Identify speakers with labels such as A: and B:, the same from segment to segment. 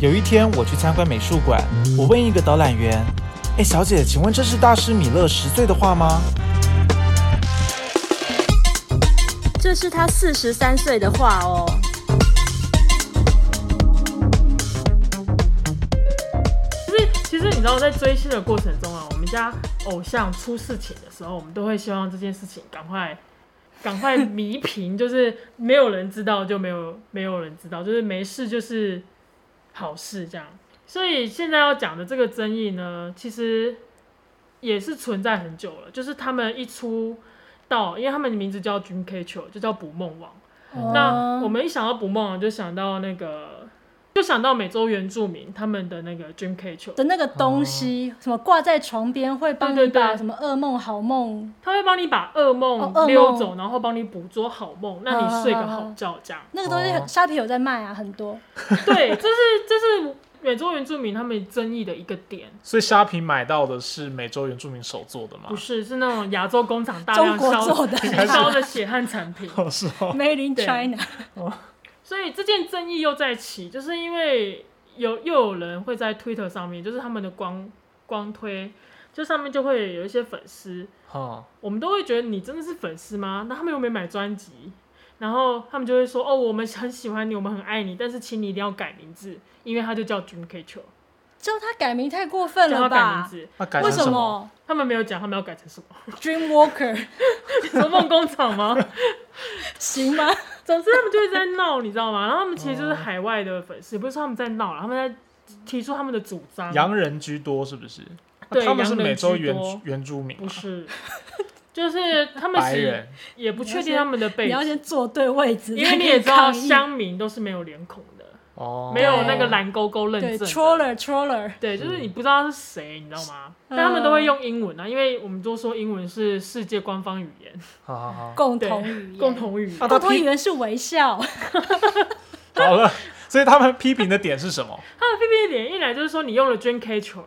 A: 有一天我去参观美术馆，我问一个导览员：“哎，小姐，请问这是大师米勒十岁的画吗
B: 这是他四十三岁的画哦。
C: 其实，其实你知道，在追星的过程中啊，我们家偶像出事情的时候，我们都会希望这件事情赶快、赶快弥平，就是没有人知道就没有没有人知道，就是没事就是好事这样。所以现在要讲的这个争议呢，其实也是存在很久了，就是他们一出道，因为他们的名字叫 Dream Catcher，就叫捕梦网。
B: 哦
C: 那我们一想到捕梦网，就想到那个，就想到美洲原住民他们的那个 Dream Catcher。
B: 的那个东西，什么挂在床边会帮
C: 对
B: 你
C: 对对
B: 把什么噩梦、好梦，
C: 他会帮你把噩
B: 哦噩梦啊
C: 梦溜走，然后帮你捕捉好梦，让你睡个好觉。这样，
B: 那个东西
A: 哦
B: 虾皮有在卖啊，很多。
C: 对，这是这是美洲原住民他们争议的一个点，？”
D: 所以虾皮买到的是美洲原住民手做的吗
C: 不？是是那种亚洲工厂大量
B: 哦中国
C: 烧
B: 做的
C: 烧的血汗 产品。
D: 不是哦，
B: Made in
C: 对
B: China，
C: 所以这件争议又在起，就是因为有又有人会在 Twitter 上面，就是他们的光光推，就上面就会有一些粉丝，
D: 哈，
C: 我们都会觉得你真的是粉丝吗？那他们又没买专辑，然后他们就会说哦，我们很喜欢你，我们很爱你，但是请你一定要改名字，因为他就叫 Dream Catcher，
B: 叫他改名太过分了
C: 叫他改
B: 吧？
C: 名字。
D: 那改
B: 为
D: 成
B: 什
D: 什？
B: 么
C: 他们没有讲他们要改成什么，
B: Dream Walker
C: 什么梦工厂吗？
B: 行吗？
C: 总之他们就会在闹，你知道吗？然后他们其实就是海外的粉丝，也不是说他们在闹啦，他们在提出他们的主张。
D: 洋人居多是不是？那
C: 对
D: 他们是
C: 洋人
D: 美洲
C: 居
D: 原
C: 多
D: 原住民
C: 不
D: 吗，
C: 是，就是他们
D: 白
C: 是
D: 人。
C: 也不确定他们的背
B: 你要
C: 景，
B: 先坐对位置，
C: 因为你也知
B: 才
C: 道
B: 可以
C: 乡民都是没有脸孔的。
D: 哦，
C: 没有那个蓝勾勾认
B: 抗议对
C: 证的。
B: Troller Troller，
C: 对，就是你不知道他是谁，你知道吗？
B: 嗯
C: 但他们都会用英文啊，因为我们都说英文是世界官方语言，
D: 好好好，
B: 共
C: 对
B: 同语言，
C: 共同语
D: 啊
C: 言。
D: 他
B: 共同
D: 批
B: 语言是微笑，
D: 好了。所以他们批评的点是什么？
C: 他的 PPT 点一来就是说你用了 Dreamcatcher，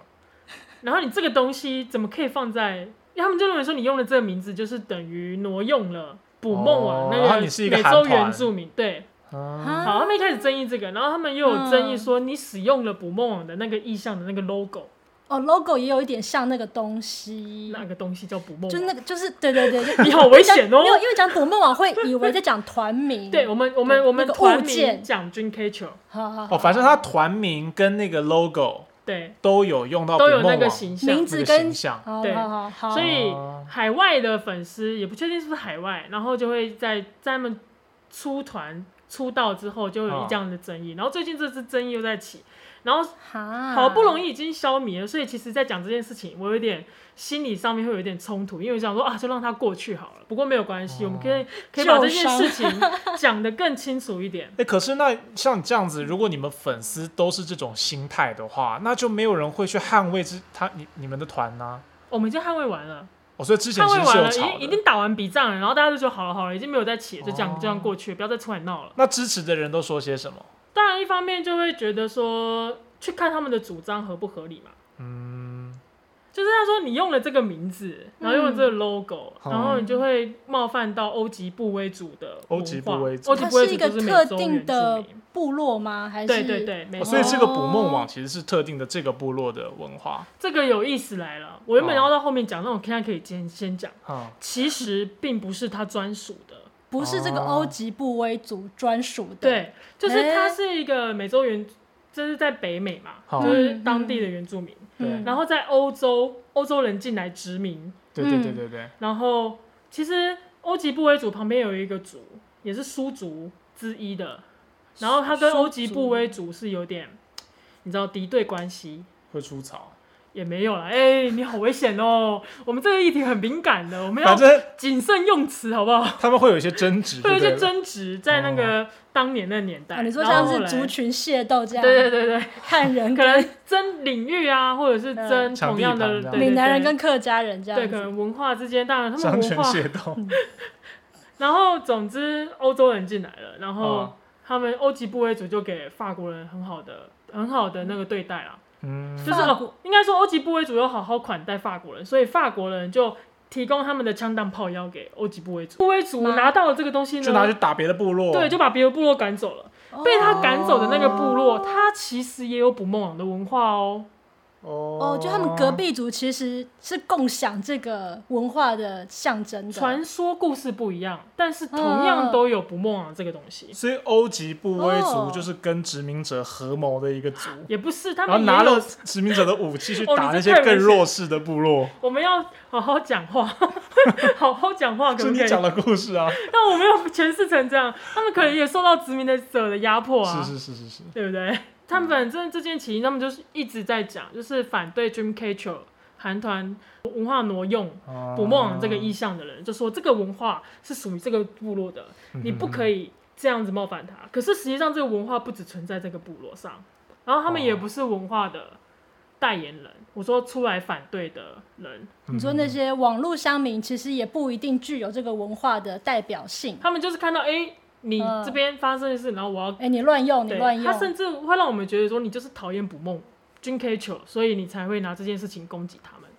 C: 然后你这个东西怎么可以放在？因为他们就认为说你用了这个名字就是等于挪用了捕梦网
D: 哦
C: 那
D: 然后
C: 个
D: 你是一个
C: 美
D: 韩
C: 洲
D: 团
C: 原住民。对，
D: 嗯，
B: 啊
C: 好，他们一开始争议这个，然后他们又有争议说你使用了捕梦网的那个意象的那个 logo，
B: 哦，logo 也有一点像那个东西，
C: 那个东西叫捕梦网？
B: 就是那个，就是对对对，就
C: 你好危险 哦
B: 因为因为讲捕梦网会以为在讲团名，
C: 对我们，我们
B: 对
C: 我们
B: 那个
C: 团
B: 物件
C: 名讲 Dreamcatcher，
B: 好好
D: 哦，
B: 好，
D: 反正他团名跟那个 logo
C: 对，
D: 都有用到
C: 都有
D: 捕梦
C: 那个
D: 网
C: 形象
B: 名。
D: 那
B: 字
D: 个
B: 跟
D: 形象
B: 好
C: 对
B: 好好好，
C: 所以
D: 哦
C: 海外的粉丝也不确定是不是海外，然后就会在在他们出团出道之后，就有
D: 哦
C: 这样的争议。然后最近这次争议又在起，然后
B: 哈
C: 好不容
B: 易
C: 易已经消弭了，所以其实，在讲这件事情，我有点呃心理上面会有一点冲突，因为我想说啊，就让它过去
D: 嗯
C: 好了。不过没有关系，我们可以可以把这件事情讲得更清楚一点。
D: 哎、可是那像你这样子，如果你们粉丝都是这种心态的话，那就没有人会去捍卫之他你你们的团呐、
C: 我们已经捍卫完了。
D: 我所以之前
C: 捍
D: 其
C: 卫
D: 实是
C: 完
D: 有
C: 了，已
D: 吵
C: 经已
D: 的
C: 经。打完比仗了，然后大家就说好了好了，已经没有再起了，就这样、
D: 哦
C: 就这样过去，不要再出来闹了。
D: 那支持的人都说些什么？
C: 当然，一方面就会觉得说，去看他们的主张合不合理嘛。
D: 嗯，
C: 就是他说你用了这个名字，然后用了这个 logo，、
D: 嗯
C: 然后你就会冒犯到欧吉布威族的
D: 欧吉布威族
C: 族，欧吉
B: 它
C: 布威
B: 是
C: 族
B: 一个
C: 就是美
B: 特
C: 洲
B: 定
C: 原
B: 的
C: 住民。
B: 部落吗？还是
C: 对对对，没
D: 哦
C: 错。
D: 所以这个捕梦网其实是特定的这个部落的文化。
C: 这个有意思来了，我原本要到后面讲，那我现在可以先先讲。
D: 哈、
C: 其实并不是他专属的，
B: 不是这个
D: 哦
B: 欧吉布威族专属的，，
C: 对，就是
B: 欸
C: 它是一个美洲原，这是在北美嘛，
D: 好
C: 就是当地的原住民。
B: 嗯
D: 对
C: 然后在欧洲，欧洲人进来殖民，
D: 对对
C: 嗯
D: 对对对，
C: 然后其实欧吉布威族旁边有一个族，也是苏族之一的，然后他跟
B: 苏
C: 欧吉布威族是有点，你知道敌对关系。
D: 会出草。
C: 也没有啦，哎、你好危险哦！我们这个议题很敏感的，我们要
D: 反正
C: 谨慎用词，好不好？
D: 他们会有一些争执，
C: 会有一些
D: 对不哦对
C: 争执，在那个当年那年代，
B: 哦，你说
C: 然后
B: 像
C: 后
B: 是啊
C: 来
B: 族群械斗这样，
C: 对对对对，
B: 汉人
C: 可
B: 跟
C: 能争领域啊，或者是争
B: 嗯
D: 抢
C: 同
D: 地
C: 样
D: 盘
C: 的
D: 这样
C: 对对
B: 闽南人
C: 对
B: 跟客家人这
C: 对，
B: 样
C: 可
B: 子，
C: 能文化之间，当然他们
D: 商权
C: 文化，
D: 械斗。
C: 然后总之欧洲人进来了，然
D: 哦
C: 后他们欧吉布威族就给法国人很好的很好的那个对待啦，
D: 嗯，
C: 就是
B: 法国
C: 哦应该说欧吉布威族有好好款待法国人，所以法国人就提供他们的枪弹炮药给欧吉部威族，部威族拿到了这个东西呢，
D: 就拿去打别的部落，
C: 对，就把别的部落赶走了。
B: 哦
C: 被他赶走的那个部落，他其实也有捕梦网的文化哦。
D: 哦
B: 哦，就他们隔壁族其实是共享这个文化的象征的。
C: 传说故事不一样，但是同样都有捕梦网这个东西。
B: 嗯
D: 所以欧吉布威族
B: 哦
D: 就是跟殖民者合谋的一个族，
C: 也不是，他
D: 然后
C: 们
D: 拿
C: 也有
D: 了殖民者的武器去
C: 哦
D: 打
C: 你
D: 那
C: 这
D: 些
C: 太
D: 更
C: 危
D: 弱
C: 险
D: 势的部落。
C: 我们要好好讲话， 好好 讲话，可
D: 是
C: 不
D: 你
C: 可以？
D: 讲的故事啊，
C: 但我没有诠释成这样，他们可能也受到殖民的者的压迫啊，
D: 是是是是是，
C: 对不对？他们反正这件起义，他们就是一直在讲，就是反对 Dreamcatcher 韩团文化挪用
D: 哦
C: 捕梦网这个意向的人，就说这个文化是属于这个部落的，
D: 嗯
C: 你不可以这样子冒犯他。可是实际上，这个文化不只存在这个部落上，然后他们也
D: 哦
C: 不是文化的代言人。我说出来反对的人，
B: 你说那些网络乡民其实也不一定具有这个文化的代表性。
C: 他们就是看到哎、诶你
B: 嗯
C: 这边发生的事，然后我要
B: 哎，你乱用，你
C: 对
B: 乱
C: 他甚
B: 用，
C: 至会让我们觉得说你就是讨厌捕梦军 K 球，所以你才会拿这件事情攻击他们。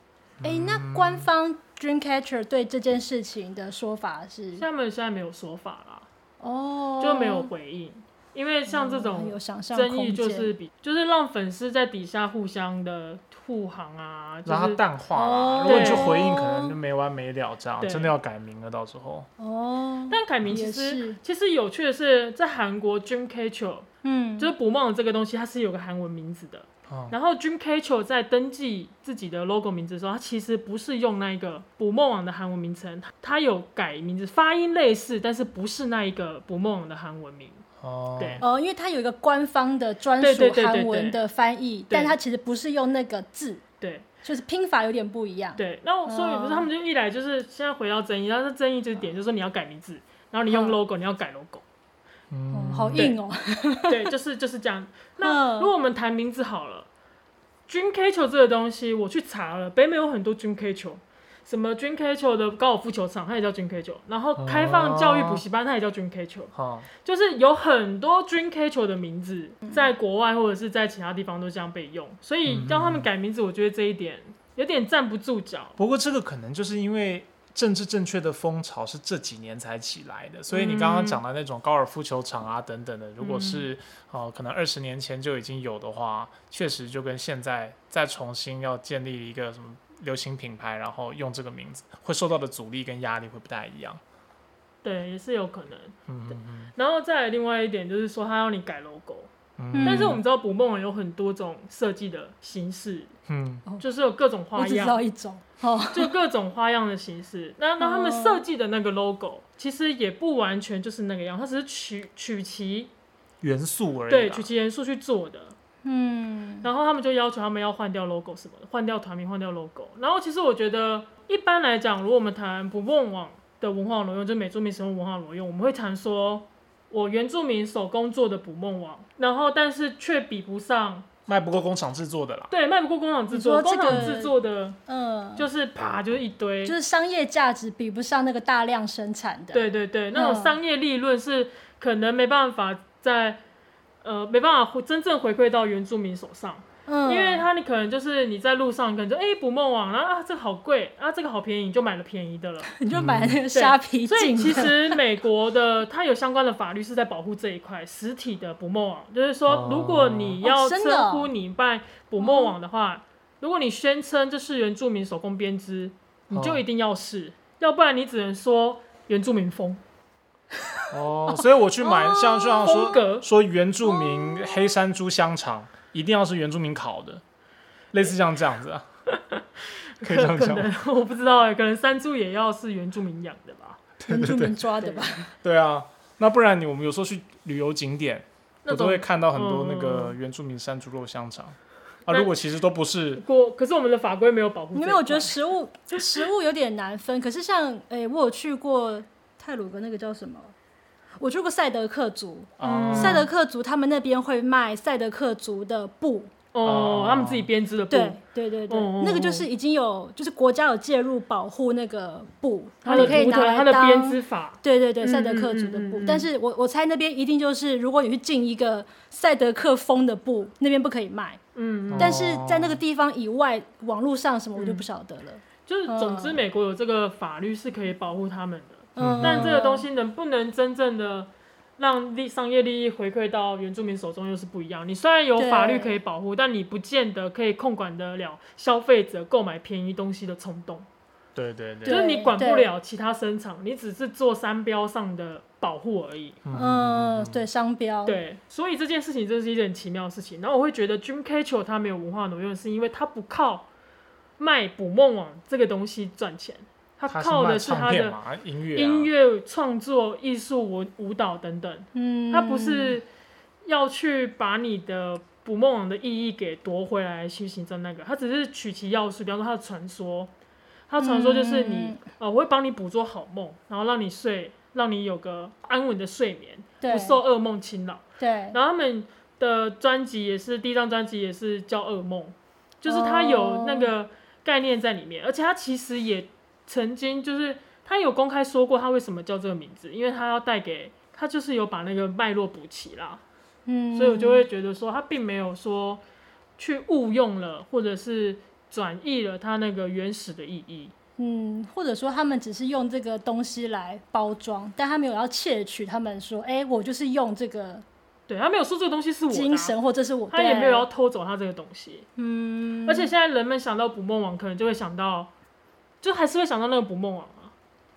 B: 哎，那官方 Dreamcatcher 对这件事情的说法是
C: 像他们现在没有说法啦，
B: 哦，
C: 啊就没有回应，因为像这
B: 嗯
C: 种
B: 有想象
C: 争议
B: 空
C: 就
B: 间。
C: 是比就是让粉丝在底下互相的护航啊，就
D: 让它
C: 是
D: 淡化啦。
B: 哦
D: 如果你去回应，可能就没完没了这样，
C: 对
D: 真的要改名了，到时候。
B: 哦，
C: 但凯明其
B: 也
C: 实
B: 是
C: 其实有趣的是，在韩国 Dream Catcher
B: 嗯，
C: 就是捕梦这个东西，它是有个韩文名字的。
D: 哦
C: 然后 Dreamcatcher 在登记自己的 logo 名字的时候，它其实不是用那一个捕梦网的韩文名称，它有改名字，发音类似，但是不是那一个捕梦网的韩文名。
D: 哦，
C: 对
B: 哦，因为它有一个官方的专
C: 对对
B: 属
C: 对对
B: 韩
C: 对
B: 文的翻译，但它其实不是用那个字，
C: 对
B: 就是拼法有点不一样。
C: 对，那我所以
B: 哦
C: 不是他们就一来就是现在回到争议，但是争议就是点就是说你要改名字，然后你用
B: 嗯
C: logo，你要改 logo。
B: 哦
D: 嗯，
B: 好
C: 对
B: 硬哦。
C: 对，就是就是这样。那如果我们谈名字好了，Dreamcatcher 这个东西，我去查了，北美有很多 Dreamcatcher，什么 Dreamcatcher 的高尔夫球场，它也叫 Dreamcatcher，然后开放教育补习班，它也叫 Dreamcatcher，
D: 好，
C: 就是有很多 Dreamcatcher 的名字在国外或者是在其他地方都这样被用，所以让他们改名字，我觉得这一点有点站不住脚。
D: 不过这个可能就是因为政治正确的风潮是这几年才起来的，所以你刚
C: 嗯
D: 刚讲的那种高尔夫球场啊等等的，如果是
C: 嗯
D: 呃可能二十年前就已经有的话，确实就跟现在再重新要建立一个什么流行品牌，然后用这个名字，会受到的阻力跟压力会不太一样。
C: 对，也是有可能。
D: 嗯嗯
C: 然后再来另外一点就是说，他要你改 logo，、
D: 嗯
C: 但是我们知道捕梦网有很多种设计的形式，
D: 嗯
C: 就是有各 种
B: 我
C: 花
B: 只知道
C: 样，
B: 一种哦，
C: 就各种花样的形式。那那他们设计的那个 logo 其实也不完全就是那个样，它只是取取其
D: 元素而已啦。
C: 对取其元素去做的。
B: 嗯，
C: 然后他们就要求他们要换掉 logo 什么的，换掉团名，换掉 logo。然后其实我觉得，一般来讲，如果我们谈不梦网的文化挪用，就是美住民使用文化挪用，我们会谈说，我原住民手工做的捕梦网，然后但是却比不上，
D: 卖不过工厂制作的啦。
C: 对，卖不过工厂制
B: 你说
C: 作，工
B: 这个
C: 厂制作的
B: 嗯，
C: 就是啪就是一堆，
B: 就是商业价值比不上那个大量生产的，，
C: 对对对，那
B: 嗯
C: 种商业利润是可能没办法在，呃，没办法真正回馈到原住民手上。
B: 嗯，
C: 因为它你可能就是你在路上可能就哎、捕梦网，然后啊这个好贵，啊这个好便宜，你就买了便宜的了。
B: 你就买那个虾皮
C: 嗯所以
B: 进的，
C: 其实美国的它有相关的法律是在保护这一块实体的捕梦网，就是说如果你要
B: 哦真的
C: 称
B: 哦
C: 呼你拜捕梦网的话，如果你宣称这是原住民手工编织，你就一定要是，要不然你只能说原住民风。
D: 哦，所以我去买像像
C: 风
D: 说
C: 格
D: 说原住
C: 哦
D: 民黑山猪香肠，一定要是原住民烤的，类似像这样 子啊，可以这
C: 可
D: 样
C: 可
D: 讲吗。
C: 能我不知道哎、可能山猪也要是原住民养的吧。
B: 原住民抓的吧，
D: 对啊，那不然你我们有时候去旅游景点，我
C: 那
D: 都
C: 种
D: 会看到很多那个
C: 嗯
D: 原住民山猪肉香肠啊，
C: 那
D: 如果其实都不是，
C: 过，可是我们的法规没有保护这一
B: 因
C: 块。
B: 为我觉得食物食物有点难分，可是像诶、我有去过泰鲁格那个叫什么？我去过赛德克族，
D: 啊，
C: 嗯
B: 赛德克族他们那边会卖赛德克族的布，
C: 哦，他们自己编织的布，
B: 对对对对，
C: 嗯嗯
B: 那个就是已经有就是国家有介入保护那个布，然
C: 它
B: 后
C: 的
B: 你可以
C: 图
B: 拿
C: 腾、它
B: 来
C: 的
B: 当
C: 编织法，
B: 对对对，
C: 嗯
B: 赛德克族的布，
C: 嗯嗯嗯嗯
B: 但是我我猜那边一定就是，如果你去进一个赛德克风的布，那边不可以卖。
D: 哦
C: 嗯，嗯嗯
B: 但是在那个地方以外，网络上什么我就不晓得了。
C: 就是总之
B: 嗯
C: 美国有这个法律是可以保护他们的，
B: 嗯，
C: 但这个东西能不能真正的让利商业利益回馈到原住民手中又是不一样。你虽然有法律可以保护，但你不见得可以控管得了消费者购买便宜东西的冲动，
D: 对对对，
C: 就是你管不
B: 对
C: 了其他生产，你只是做商标上的保护而已。
B: 嗯，对，商标，，
C: 呃对，所以这件事情真是一件很奇妙的事情。然后我会觉得 Dream Catcher 它没有文化挪用，是因为它不靠卖捕梦网这个东西赚钱，它
D: 他
C: 靠
D: 卖
C: 的是
D: 唱
C: 它
D: 片
C: 的
D: 嘛，啊音乐啊
C: 音乐创作、艺术、文舞蹈等等，
B: 嗯，
C: 它不是要去把你的捕梦网的意义给夺回来去形成那个，它只是取其要素，比方说它的传说，它的传说就是
B: 嗯
C: 你、呃，我会帮你捕捉好梦，然后让你睡，让你有个安稳的睡眠，
B: 对
C: 不受噩梦侵扰。
B: 对，
C: 然后他们的专辑也是第一张专辑也是叫《噩梦》，就是它
B: 哦
C: 有那个概念在里面，而且它其实也曾经就是他有公开说过他为什么叫这个名字，因为他要带给他就是有把那个脉络补齐啦，
B: 嗯，
C: 所以我就会觉得说他并没有说去误用了或者是转译了他那个原始的意义。
B: 嗯，或者说他们只是用这个东西来包装，但他没有要窃取他们说，哎、我就是用这个
C: 对他没有说这个东西是我的啊、
B: 精神或这是我，
C: 他也没有要
B: 对，
C: 偷走他这个东西。
B: 嗯，
C: 而且现在人们想到捕梦网，可能就会想到，就还是会想到那个捕梦网嘛。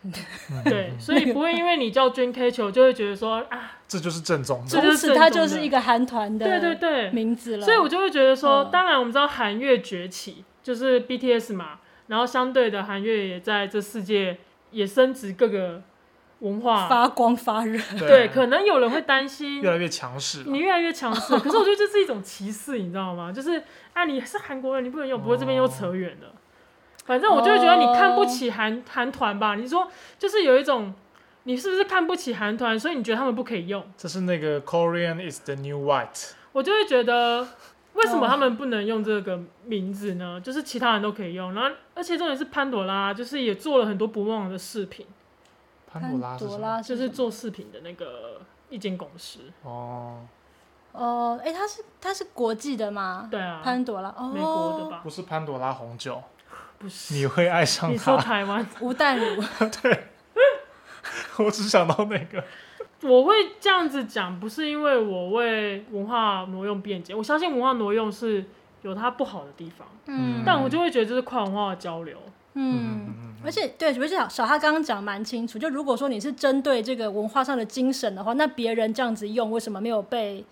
C: 对，所以不会因为你叫 Dream Catcher 就会觉得说啊，
D: 这就是正宗的
C: 这
B: 从
C: 就是
B: 此
C: 正
B: 它
C: 宗
B: 就
C: 的
B: 是一个韩团的
C: 对对对，
B: 名字了，
C: 所以我就会觉得说，
B: 嗯
C: 当然我们知道韩乐崛起就是 BTS 嘛，然后相对的韩乐也在这世界也升值各个文化。
B: 发光发热，
C: 对，可能有人会担心
D: 啊越来越强势了
C: 你。越来越强势，可是我觉得这是一种歧视，你知道吗？就是啊，你是韩国人，你不能用，不过这边又扯远了。反正我就会觉得你看不起韩韩团吧？你说就是有一种，你是不是看不起韩团，所以你觉得他们不可以用？
D: 这是那个 Korean is the new white，
C: 我就会觉得，为什么他们不能用这个名字呢？就是其他人都可以用，然后而且重点是潘朵拉，就是也做了很多不忘的视频，
D: 潘朵拉是
B: 朵
D: 什么？
B: 拉
C: 就是是
B: 什么
C: 做视频的那个一间公司。
D: 哦，
B: 哦，哎、它是它是国际的吗？
C: 对啊，
B: 潘朵拉，哦，
C: 美国的？吧
D: 不？是潘朵拉红酒，
C: 不是，
D: 你会爱上
C: 你说
D: 他。
C: 台湾？
B: 哦吴淡 如，嗯
D: 我只想到那个，
C: 我会这样子讲，不是因为我为文化挪用辩解，我相信文化挪用是有它不好的地方，
B: 嗯，
C: 但我就会觉得这是跨文化的交流。
B: 嗯。而且对，而且小小哈刚刚讲蛮清楚，就如果说你是针对这个文化上的精神的话，那别人这样子用，为什么没有被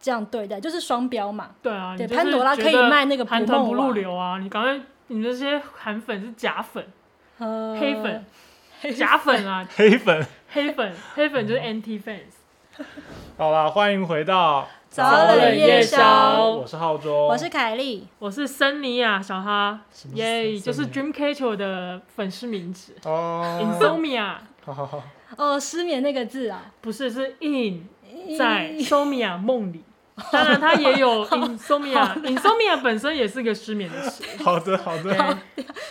B: 这样对待？就是双标嘛。
C: 对啊，
B: 对
C: 你就是
B: 潘朵拉可以
C: 觉得
B: 卖那个
C: 韩
B: 捕梦
C: 团不入
B: 网
C: 流啊，你赶快，你那些韩粉是假粉、
B: 呃，
C: 黑粉、假粉啊，
D: 黑粉。
C: 黑粉、黑粉就是 anti fans。
D: 好啦，欢迎回到
B: 早冷夜宵
D: 我是浩中，
B: 我是凯莉，
C: 我是森尼亚小哈
D: 什，么是
C: 耶、
D: 森
C: 就是
D: Dream-
C: Dreamcatcher 的粉丝名字
D: 哦，
C: ，Insomnia
D: 好好好，
B: 哦，失眠那个字啊，
C: 不是是 in。在 insomnia 梦里。当然，它也 有 insomnia。insomnia 本身也是个失眠的哎词。
D: 好的好的，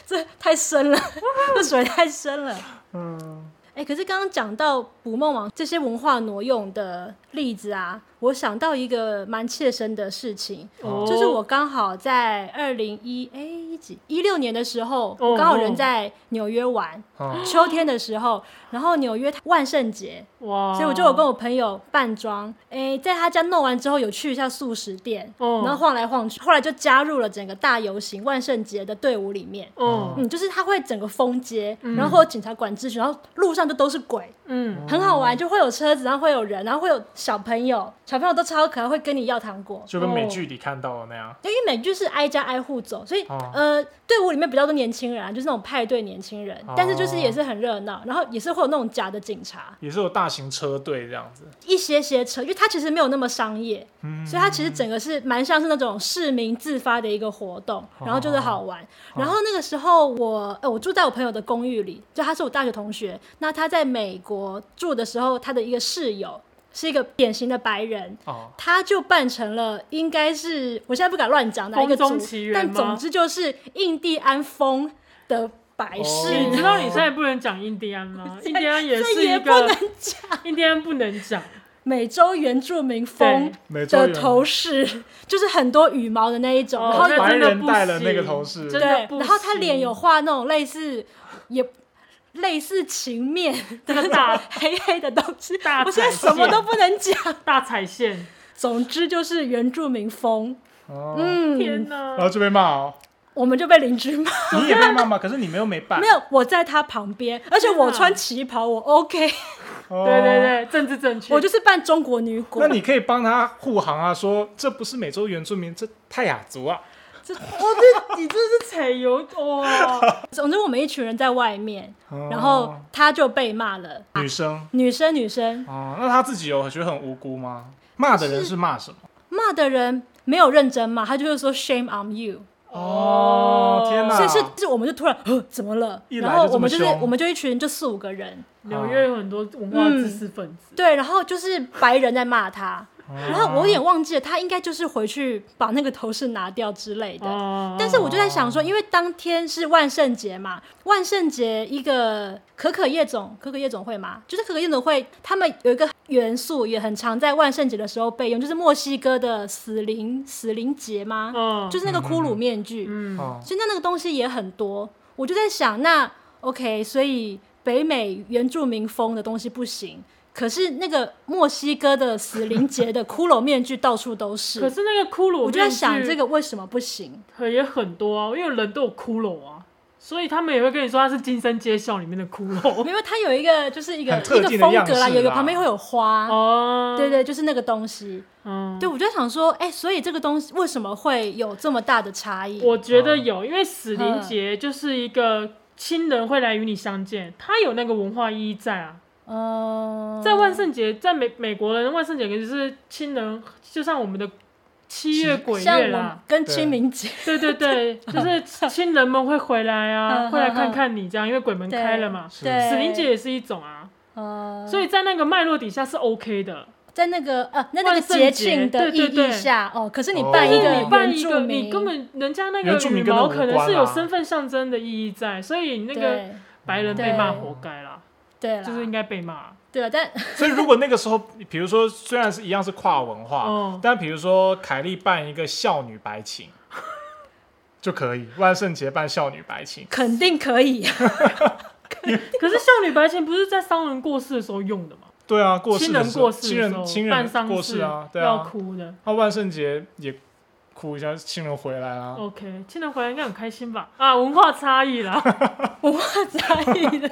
B: 这太深了， 这水太深了。
D: 嗯，
B: 哎，可是刚刚讲到捕梦网这些文化挪用的例子啊，我想到一个蛮切身的事情，
D: 哦
B: 就是我刚好在二零一哎一几一六年的时候，
C: 哦
B: 我刚好人在纽约玩，
D: 哦
B: 秋天的时候，然后纽约万圣节，
C: 哇，
B: 所以我就有跟我朋友扮装，哎，在他家弄完之后有去一下素食店，
C: 哦
B: 然后晃来晃去，后来就加入了整个大游行万圣节的队伍里面。
C: 嗯
B: 嗯，就是他会整个封街，然后会有警察管秩序，然后路上就都是鬼，
C: 嗯，
B: 很好玩，就会有车子，然后会有人，然后会有小朋友，小朋友都超可爱，会跟你要糖果。
D: 就跟美剧里看到的那样，
B: 因为美剧是挨家挨户走，所以、
D: 哦
B: 呃，队伍里面比较多年轻人、啊，就是那种派对年轻人，但是就是也是很热闹，然后也是会有那种假的警察，
D: 也是有大型车队这样子，嗯
B: 一些些车，因为它其实没有那么商业，所以它其实整个是蛮像是那种市民自发的一个活动，然后就是好玩。然后那个时候我、呃，我住在我朋友的公寓里，就他是我大学同学。那他在美国住的时候，他的一个室友是一个典型的白人，
D: 哦，
B: 他就扮成了应该是我现在不敢乱讲哪一个
C: 风
B: 族
C: 中奇，缘
B: 但
C: 吗
B: 总之就是印第安风的白
D: 哦
B: 饰。
C: 你知 道你现在不能讲印第安吗？印第安也
B: 这
C: 是
B: 也
C: 一
B: 不能
C: 个，印第安不能讲，
B: 美洲原住民风
D: 美洲
B: 的
D: 人
B: 头饰，就是很多羽毛的那一种，
C: 哦
B: 然后
C: 那
D: 白
C: 真的
D: 人
C: 不
D: 戴了那个
C: 行
D: 头饰
C: 真的
B: 对，
C: 不
B: 然后他脸
C: 行
B: 有画那种类似也类似情面的那
C: 大
B: 种 黑黑的东西，
C: 大
B: 我现在
C: 展
B: 什么
C: 现
B: 都不能讲。
C: 大彩线，
B: 总之就是原住民风，
D: 哦，
B: 嗯
C: 天，哪
D: 然！后就被骂哦，
B: 我们就被邻居骂。
D: 你也被骂吗？可是你们又没办，
B: 没有，我在他旁边，而且我
C: 天啊
B: 穿旗袍，我 OK，
D: 哦
C: 对对对，政治正确，
B: 我就是扮中国女鬼。
D: 那你可以帮他护航啊，说这不是美洲原住民，这泰雅族啊。
C: 我这你这是踩油 哇！
B: 总之我们一群人在外面，
D: 哦
B: 然后他就被骂了，啊
D: 女生
B: 女生女生
D: 哦，那他自己有觉得很无辜吗？骂的人是骂什么？
B: 骂的人没有认真骂，他就是说 shame on you。
D: 哦天哪
B: 所以是是，我们就突然，呃，怎么了？
D: 一来
B: 然后
D: 就这
B: 我们
D: 么
B: 就是
D: 凶
B: 我们就一群就四五个人，
C: 纽约有很多文化
B: 嗯
C: 知识分子，
B: 对，然后就是白人在骂他，
D: 哦
B: 然后我有点忘记了，他应该就是回去把那个头饰拿掉之类的。
C: 哦
B: 但是我就在想说，因为当天是万圣节嘛，万圣节一个可可夜总可可夜总会嘛，就是可可夜总会，他们有一个元素也很常在万圣节的时候备用，就是墨西哥的死灵死灵节吗？
C: 嗯，
B: 就是那个骷髅面具。
C: 嗯，
D: 哦
B: 所以那那个东西也很多。我就在想，那 OK，所以北美原住民风的东西不行，可是那个墨西哥的死灵节的骷髅面具到处都
C: 可
B: 是。
C: 是那个骷髅，
B: 我就在想，这个为什么不行？
C: 很也很多啊，因为人都有骷髅啊，所以他们也会跟你说他是《金生街笑》里面的骷 髅
B: 因为它有一个就是一个
D: 很特
B: 一个
D: 定的
B: 风
D: 样
B: 格啦，
D: 式
B: 有一个
D: 啦
B: 旁边会有花，
C: 哦，
B: 啊对，对，就是那个东西。
C: 嗯，
B: 对，我就在想说，哎、所以这个东西为什么会有这么大的差异？
C: 我觉得有，因为死灵节就是一个亲人会来与你相见，它有那个文化意义在啊。
B: 嗯，
C: 在万圣节，在美美国人万圣节就是亲人，就像我们的七月鬼
B: 像
C: 月
B: 我们
C: 啦，
B: 跟
D: 对
B: 清明节，
C: 对对 对，就是亲人们会回来
B: 嗯
C: 啊，
B: 嗯
C: 会来看看你这样，因为鬼门
B: 对
C: 开了嘛。
D: 是
B: 对，
C: 死灵节也是一种啊，
B: 呃，
C: 所以在那个脉络底下是 OK 的。
B: 在那个呃，那那个
C: 万圣
B: 节
C: 节
B: 庆的
C: 对对
B: 意义
C: 对
B: 下，哦，可是你
D: 哦
B: 办一
C: 就
B: 个
C: 是你办
B: 原
C: 一
B: 住
C: 个，
B: 民，
C: 你根本人家那
D: 原
C: 个
D: 住民
C: 羽
D: 跟那
C: 毛
D: 无
C: 可能是
D: 关
C: 有
D: 啦
C: 身份象征的意义在，所以那个
B: 对
C: 白人被
B: 对
C: 骂活该啦，
B: 对啦，
C: 就是应该被骂。
B: 对啊，但。
D: 所以如果那个时候，比如说虽然是一样是跨文化，
C: 哦
D: 但比如说凯莉扮一个少女白情就可以，万圣节扮少女白情
B: 肯定可以，
C: 可是少女白情不是在商人过世的时候用的吗？
D: 对啊，过世
C: 亲
D: 的
C: 人
D: 时
C: 过
D: 候，
C: 世的
D: 亲
C: 时候
D: 人亲
C: 办
D: 人
C: 丧
D: 过世啊，对
C: 要
D: 啊，
C: 哭的。
D: 那万圣节也哭一下，亲人回来啊啦。
C: OK，亲人回来应该很开心吧？啊，文化差异啦，
B: 文化差异 的。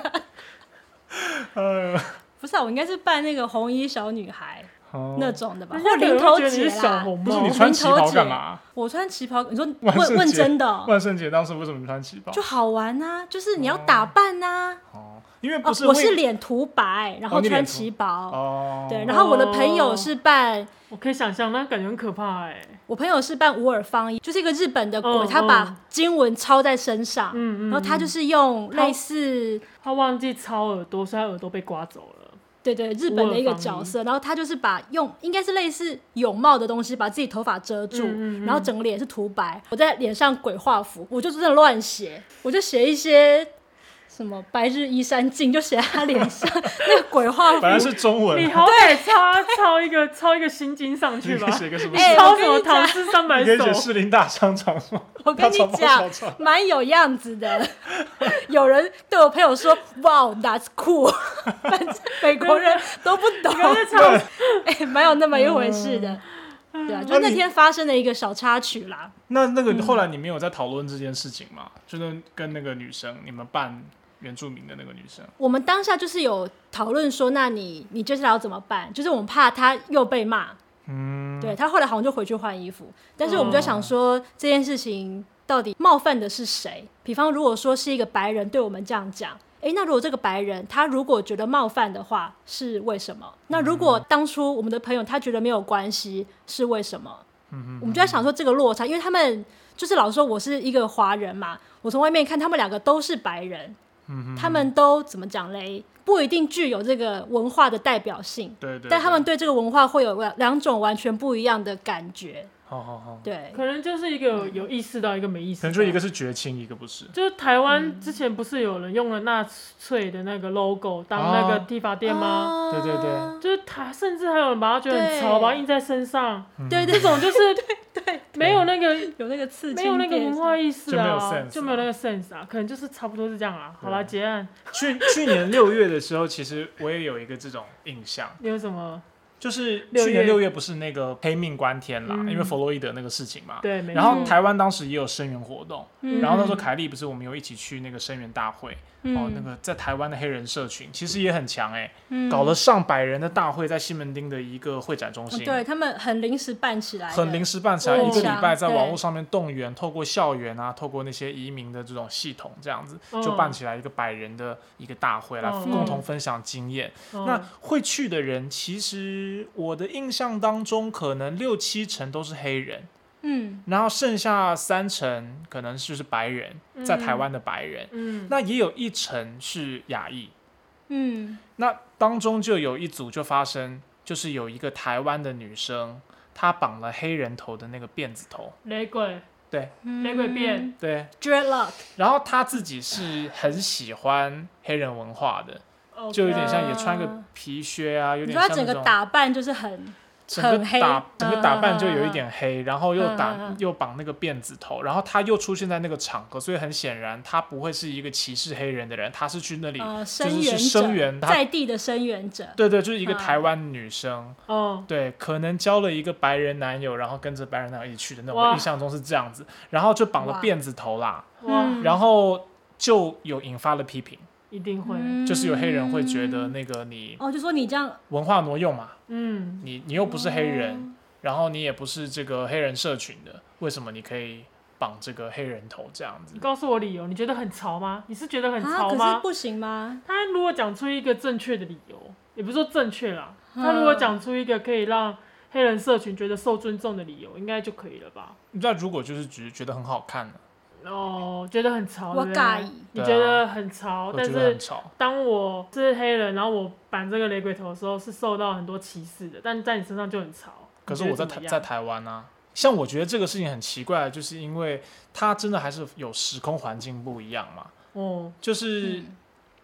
D: 呃，
B: 不是啊，我应该是扮那个红衣小女孩
D: 哦
B: 那种的吧，或零
C: 人家 可能会
B: 头
C: 觉得你
B: 姐
C: 是小
B: 啦。
C: 红
D: 不是
C: 帽
D: 你。穿旗
B: 红头
D: 袍
B: 姐
D: 干嘛？
B: 我穿旗袍，你说
D: 万圣
B: 问问
D: 节
B: 真的哦、
D: 万圣节当时为什么不穿旗袍？
B: 就好玩呐、就是你要打扮呐、
D: 哦，因为
B: 哦
D: 不是，
B: 我
D: 会
B: 是脸涂白，然
D: 哦
B: 后
D: 你脸
B: 穿
D: 涂
B: 旗袍，
D: 哦，
B: 对，然后我的朋友
C: 哦
B: 是扮
C: 我可以想象，那感觉很可怕哎、
B: 我朋友是扮无耳方言，就是一个日本的鬼，
C: 嗯
B: 他把
C: 嗯
B: 经文抄在身上，
C: 嗯嗯
B: 然后他就是用类似
C: 他忘记掏耳朵，所以他耳朵被刮走了。
B: 对对日本的一个角色，然后他就是把用应该是类似泳帽的东西把自己头发遮住，
C: 嗯嗯嗯
B: 然后整个脸是涂白，我在脸上鬼画符，我就真的乱写，我就写一些。什么白日依山尽，就写在他脸上 那个鬼画符
D: 本。来是中文
C: 你，好歹抄抄一个抄一个心经上
D: 你
C: 去
D: 可
C: 吧
D: 以。写个什么？
B: 哎
C: 抄
B: 我
C: 什
B: 跟
C: 么
B: 你讲
C: 唐诗三百
D: 你可以写
C: 首？
D: 士林大商场吗？
B: 我跟你
D: 大肠包小
B: 讲
D: 肠，
B: 蛮有样子的。 有人对我朋友说：“Wow, that's cool。”反 正美国人都不懂， 哎，蛮有那么一回事的。对啊，就那天发生的一个小插曲啦。
D: 那那个后来你们有在讨论这件事情吗？就是跟那个女生，你们扮原住民的那个女生，
B: 我们当下就是有讨论说，那你你接下来要怎么办？就是我们怕他又被骂，
D: 嗯，
B: 对他后来好像就回去换衣服，但是我们就想说这件事情到底冒犯的是谁？比方如果说是一个白人对我们这样讲，诶，那如果这个白人他如果觉得冒犯的话是为什么？那如果当初我们的朋友他觉得没有关系是为什么？
D: 嗯
B: 我们就在想说这个落差，因为他们就是老实说我是一个华人嘛，我从外面看他们两个都是白人，
D: 嗯
B: 他们都怎么讲嘞？不一定具有这个文化的代表性，
D: 对对对，
B: 但他们对这个文化会有两两种完全不一样的感觉。
D: 好好好，
B: 对，
C: 可能就是一个有有意识到，一个没意识
D: 可
C: 到。
D: 能就一个是绝亲，一个不是。
C: 就是台
B: 嗯
C: 湾之前不是有人用了纳粹的那个 logo 当那个
D: 哦
C: 剃发店吗？
B: 啊
D: 对对对
C: 就是台，甚至还有人把它觉得很潮，
B: 对
C: 把它印在身上，
B: 对对
C: 这种就是
B: 对，
C: 没有那个
B: 有那个刺激，
C: 没有那个文化意识
D: 就没有
C: 啊，
D: sense
C: 就没有那个 sense 啊，可能就是差不多是这样啊。好啦，
D: 对
C: 结案，
D: 去去年六月的时候，其实我也有一个这种印象，
C: 你有什么？
D: 就是
C: 六
D: 去年
C: 月
D: 六月不是那个黑命关天啦，
C: 嗯
D: 因为弗洛伊德那个事情嘛。
C: 对，没
D: 啊然后
C: 错
D: 台湾当时也有声援活动，
B: 嗯，
D: 然后那时候凯莉不是我们有一起去那个声援大会，哦，那
B: 嗯
D: 个在台湾的黑人社群其实也很强哎、
B: 嗯
D: 搞了上百人的大会在西门町的一个会展中
B: 哦
D: 心，
B: 对他们很临时办起来的，
D: 很临时办起来，
B: 对
D: 一个礼拜
B: 对
D: 在网络上面动员，透过校园啊，透过那些移民的这种系统，这样子
C: 嗯
D: 就办起来一个百人的一个大会来
C: 嗯
D: 共同分享经验。
C: 嗯
D: 那会去的人，其实我的印象当中，可能六七成都是黑人，
B: 嗯，
D: 然后剩下三成可能就是白人，在台湾的白人，
C: 嗯，
D: 那也有一成是亚裔。
B: 嗯
D: 那当中就有一组就发生，就是有一个台湾的女生，她绑了黑人头的那个辫子头，
C: 雷鬼
D: 对
B: 嗯，
C: 雷鬼变
D: 对，
B: dreadlock，
D: 然后她自己是很喜欢黑人文化的，
C: ，OK
D: 就有点像也穿个皮靴啊，有
B: 你
D: 点
B: 说他
D: 像
B: 整
D: 那
B: 个
D: 种。
B: 打扮就是很
D: 整个
B: 很黑
D: 打整个打扮就有一
B: 嗯
D: 点黑，然后又打、
B: 嗯嗯嗯
D: 又绑那个辫子头，然后她又出现在那个场合，所以很显然她不会是一个歧视黑人的人，她是去那里，
B: 呃
D: 就是
B: 源
D: 是
B: 者，
D: 声援他
B: 在地的声援者，
D: 对对，就是一个
B: 嗯
D: 台湾女生，
C: 哦，
D: 对，可能交了一个白人男友，然后跟着白人男友一起去的那种，
C: 哇
D: 我印象中是这样子，然后就绑了
B: 哇
D: 辫子头啦，
C: 哇，
B: 嗯
D: 然后就有引发了批评，
C: 一定会，
D: 就是有黑人会觉得
B: 嗯
D: 那个你
B: 哦，就说你这样
D: 文化挪用嘛，
C: 嗯，
D: 你你又不是黑
C: 哦
D: 人，然后你也不是这个黑人社群的，为什么你可以绑这个黑人头这样子
C: 你？告诉我理由，你觉得很潮吗？你是觉得很
B: 啊，
C: 潮
B: 可是
C: 吗？
B: 不行吗？
C: 他如果讲出一个正确的理由，也不是说正确啦，
B: 嗯
C: 他如果讲出一个可以让黑人社群觉得受尊重的理由，应该就可以了吧？
D: 那如果就是只是觉得很好看呢，
C: 哦，觉得很潮，
B: 我
C: 对不对
B: 尬意，
C: 你
D: 对啊
C: 觉得很潮，
D: 啊我
C: 哦但
D: 觉得
C: 是
D: 很吵。
C: 当我是黑人，然后我绑这个雷鬼头的时候，是受到很多歧视的，但在你身上就很潮。
D: 可是
C: 你觉
D: 我
C: 得
D: 在台
C: 怎么样
D: 在台湾啊，像我觉得这个事情很奇怪，就是因为它真的还是有时空环境不一样嘛。
C: 哦，
D: 就是
B: 嗯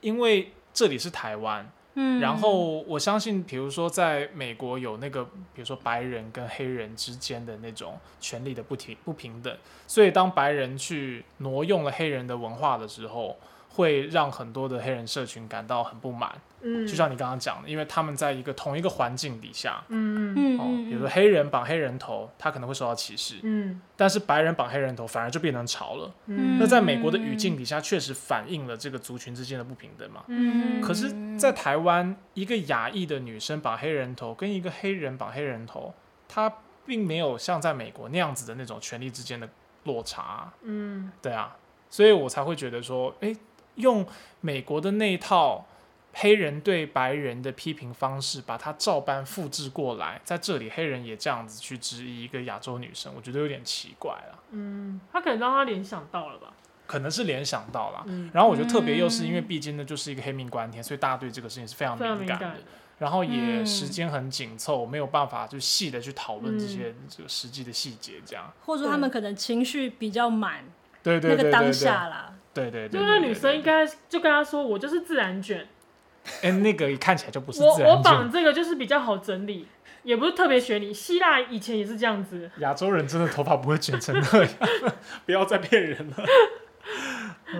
D: 因为这里是台湾，
B: 嗯，
D: 然后我相信，比如说在美国有那个，比如说白人跟黑人之间的那种权利的不平不平等，所以当白人去挪用了黑人的文化的时候。会让很多的黑人社群感到很不满，
C: 嗯，
D: 就像你刚刚讲的，因为他们在一个同一个环境底下，
C: 嗯嗯
B: 嗯，
D: 哦，
B: 嗯
D: 比如说黑人绑黑人头，他可能会受到歧视，
C: 嗯
D: 但是白人绑黑人头反而就变成潮了。
C: 嗯
D: 那在美国的语境底下，确实反映了这个族群之间的不平等嘛。
C: 嗯，
D: 可是，在台湾，一个亚裔的女生绑黑人头，跟一个黑人绑黑人头，她并没有像在美国那样子的那种权利之间的落差。
C: 嗯
D: 对啊，所以我才会觉得说，诶，用美国的那一套黑人对白人的批评方式，把它照搬复制过来，在这里黑人也这样子去质疑一个亚洲女生，我觉得有点奇怪了，
C: 嗯，他可能让他联想到了吧？
D: 可能是联想到啦。
C: 嗯，
D: 然后我觉得特别又是因为毕竟呢就是一个黑命关天，所以大家对这个事情是非常
C: 非常
D: 敏
C: 敏
D: 感
C: 感
D: 的
C: 的。，
D: 然后也
B: 嗯
D: 时间很紧凑，没有办法就细的去讨论这
C: 嗯
D: 些这个实际的细节，这样。
B: 或者说他们可能情绪比较满，
D: 对对
B: 那
D: 对
B: 个
D: 对
B: 当
D: 对
B: 下啦，
D: 对对对，
C: 就那
D: 对
C: 女
D: 对
C: 生应
D: 对
C: 该就跟他说，我就是自然卷，
D: 哎，那个看起来就不是
C: 我
D: 自然
C: 我
D: 卷
C: 绑这个就是比较好整理，也不是特别学你。希腊以前也是这样子，
D: 亚洲人真的头发不会卷成那样， 不要再骗人了。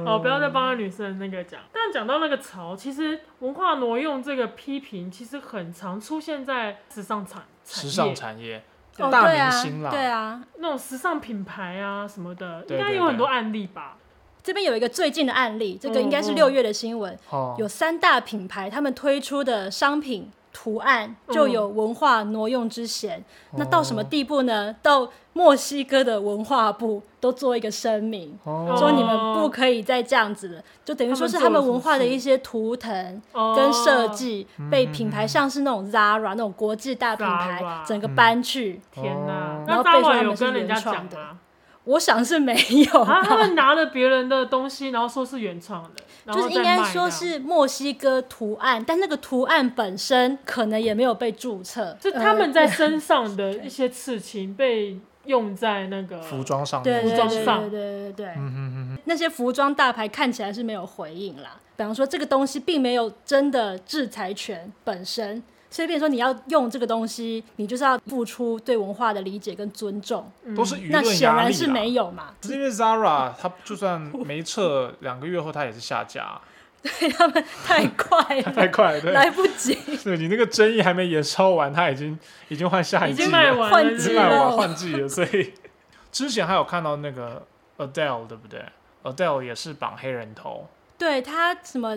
C: 哦，不要再帮女生那个讲。但讲到那个潮，其实文化挪用这个批评，其实很常出现在时尚产产
D: 时
C: 业，
D: 尚产业，
B: 哦，
D: 大
B: 对
D: 明
B: 啊
D: 星啦，，
B: 对啊，
C: 那种时尚品牌啊什么的，
D: 对
C: 应该
D: 对
C: 有很
D: 对
C: 多案例吧？
B: 这边有一个最近的案例，这个应该是
C: 嗯嗯
B: 六月的新闻，
D: 哦，
B: 有三大品牌他们推出的商品图案
D: 嗯
B: 就有文化挪用之嫌。
D: 哦
B: 那到什么地步呢？到墨西哥的文化部都做一个声明。
D: 哦
B: 说你们不可以再这样子了，就等于说是他们文化的一些图腾
C: 哦
B: 跟设，计
D: 嗯
B: 被品牌，像是那种 Zara 那种国际大品牌
C: Zara，
B: 整个搬去。
C: 天哪
D: 哦！
C: 那
B: 然后被说
C: Zara
B: 他
C: 有
B: 们是
C: 跟人家
B: 原创
C: 讲
B: 的
C: 吗？
B: 我想是没有
C: 啊，他
B: 吧，
C: 们拿了别人的东西，然后说是原创的，然
B: 就
C: 后
B: 是应
C: 再
B: 该
C: 卖
B: 说
C: 的
B: 是墨西哥图案，但那个图案本身可能也没有被注册，
C: 就他们在身上的一些刺青被用在那个
D: 服，装上
B: 呃对
D: 面，
B: 对
C: 装
B: 对
C: 上
B: 对对对对，
D: 嗯哼哼哼，
B: 那些服装大牌看起来是没有回应啦。比方说，这个东西并没有真的制裁权本身，所以变成说你要用这个东西，你就是要付出对文化的理解跟尊重。
C: 嗯
D: 都是舆
B: 那
D: 论
B: 显
D: 压力啊
B: 然
D: 啦
B: 是没有嘛，
D: 可是因为 Zara 它就 算没撤，两个月后它也是下 架，
B: 对他们太快
D: 太
B: 了，
D: 快了，对，
B: 来不及。
D: 对你那个争议还没延烧完，它已经已经换下一
C: 已
D: 季
C: 经
D: 了，
C: 卖完
B: 换
C: 了，
D: 已
B: 季
D: 经
B: 了
D: 卖完换季了，所以 之前还有看到那个 Adele 对不对？Adele 也是绑黑人头，
B: 对他什么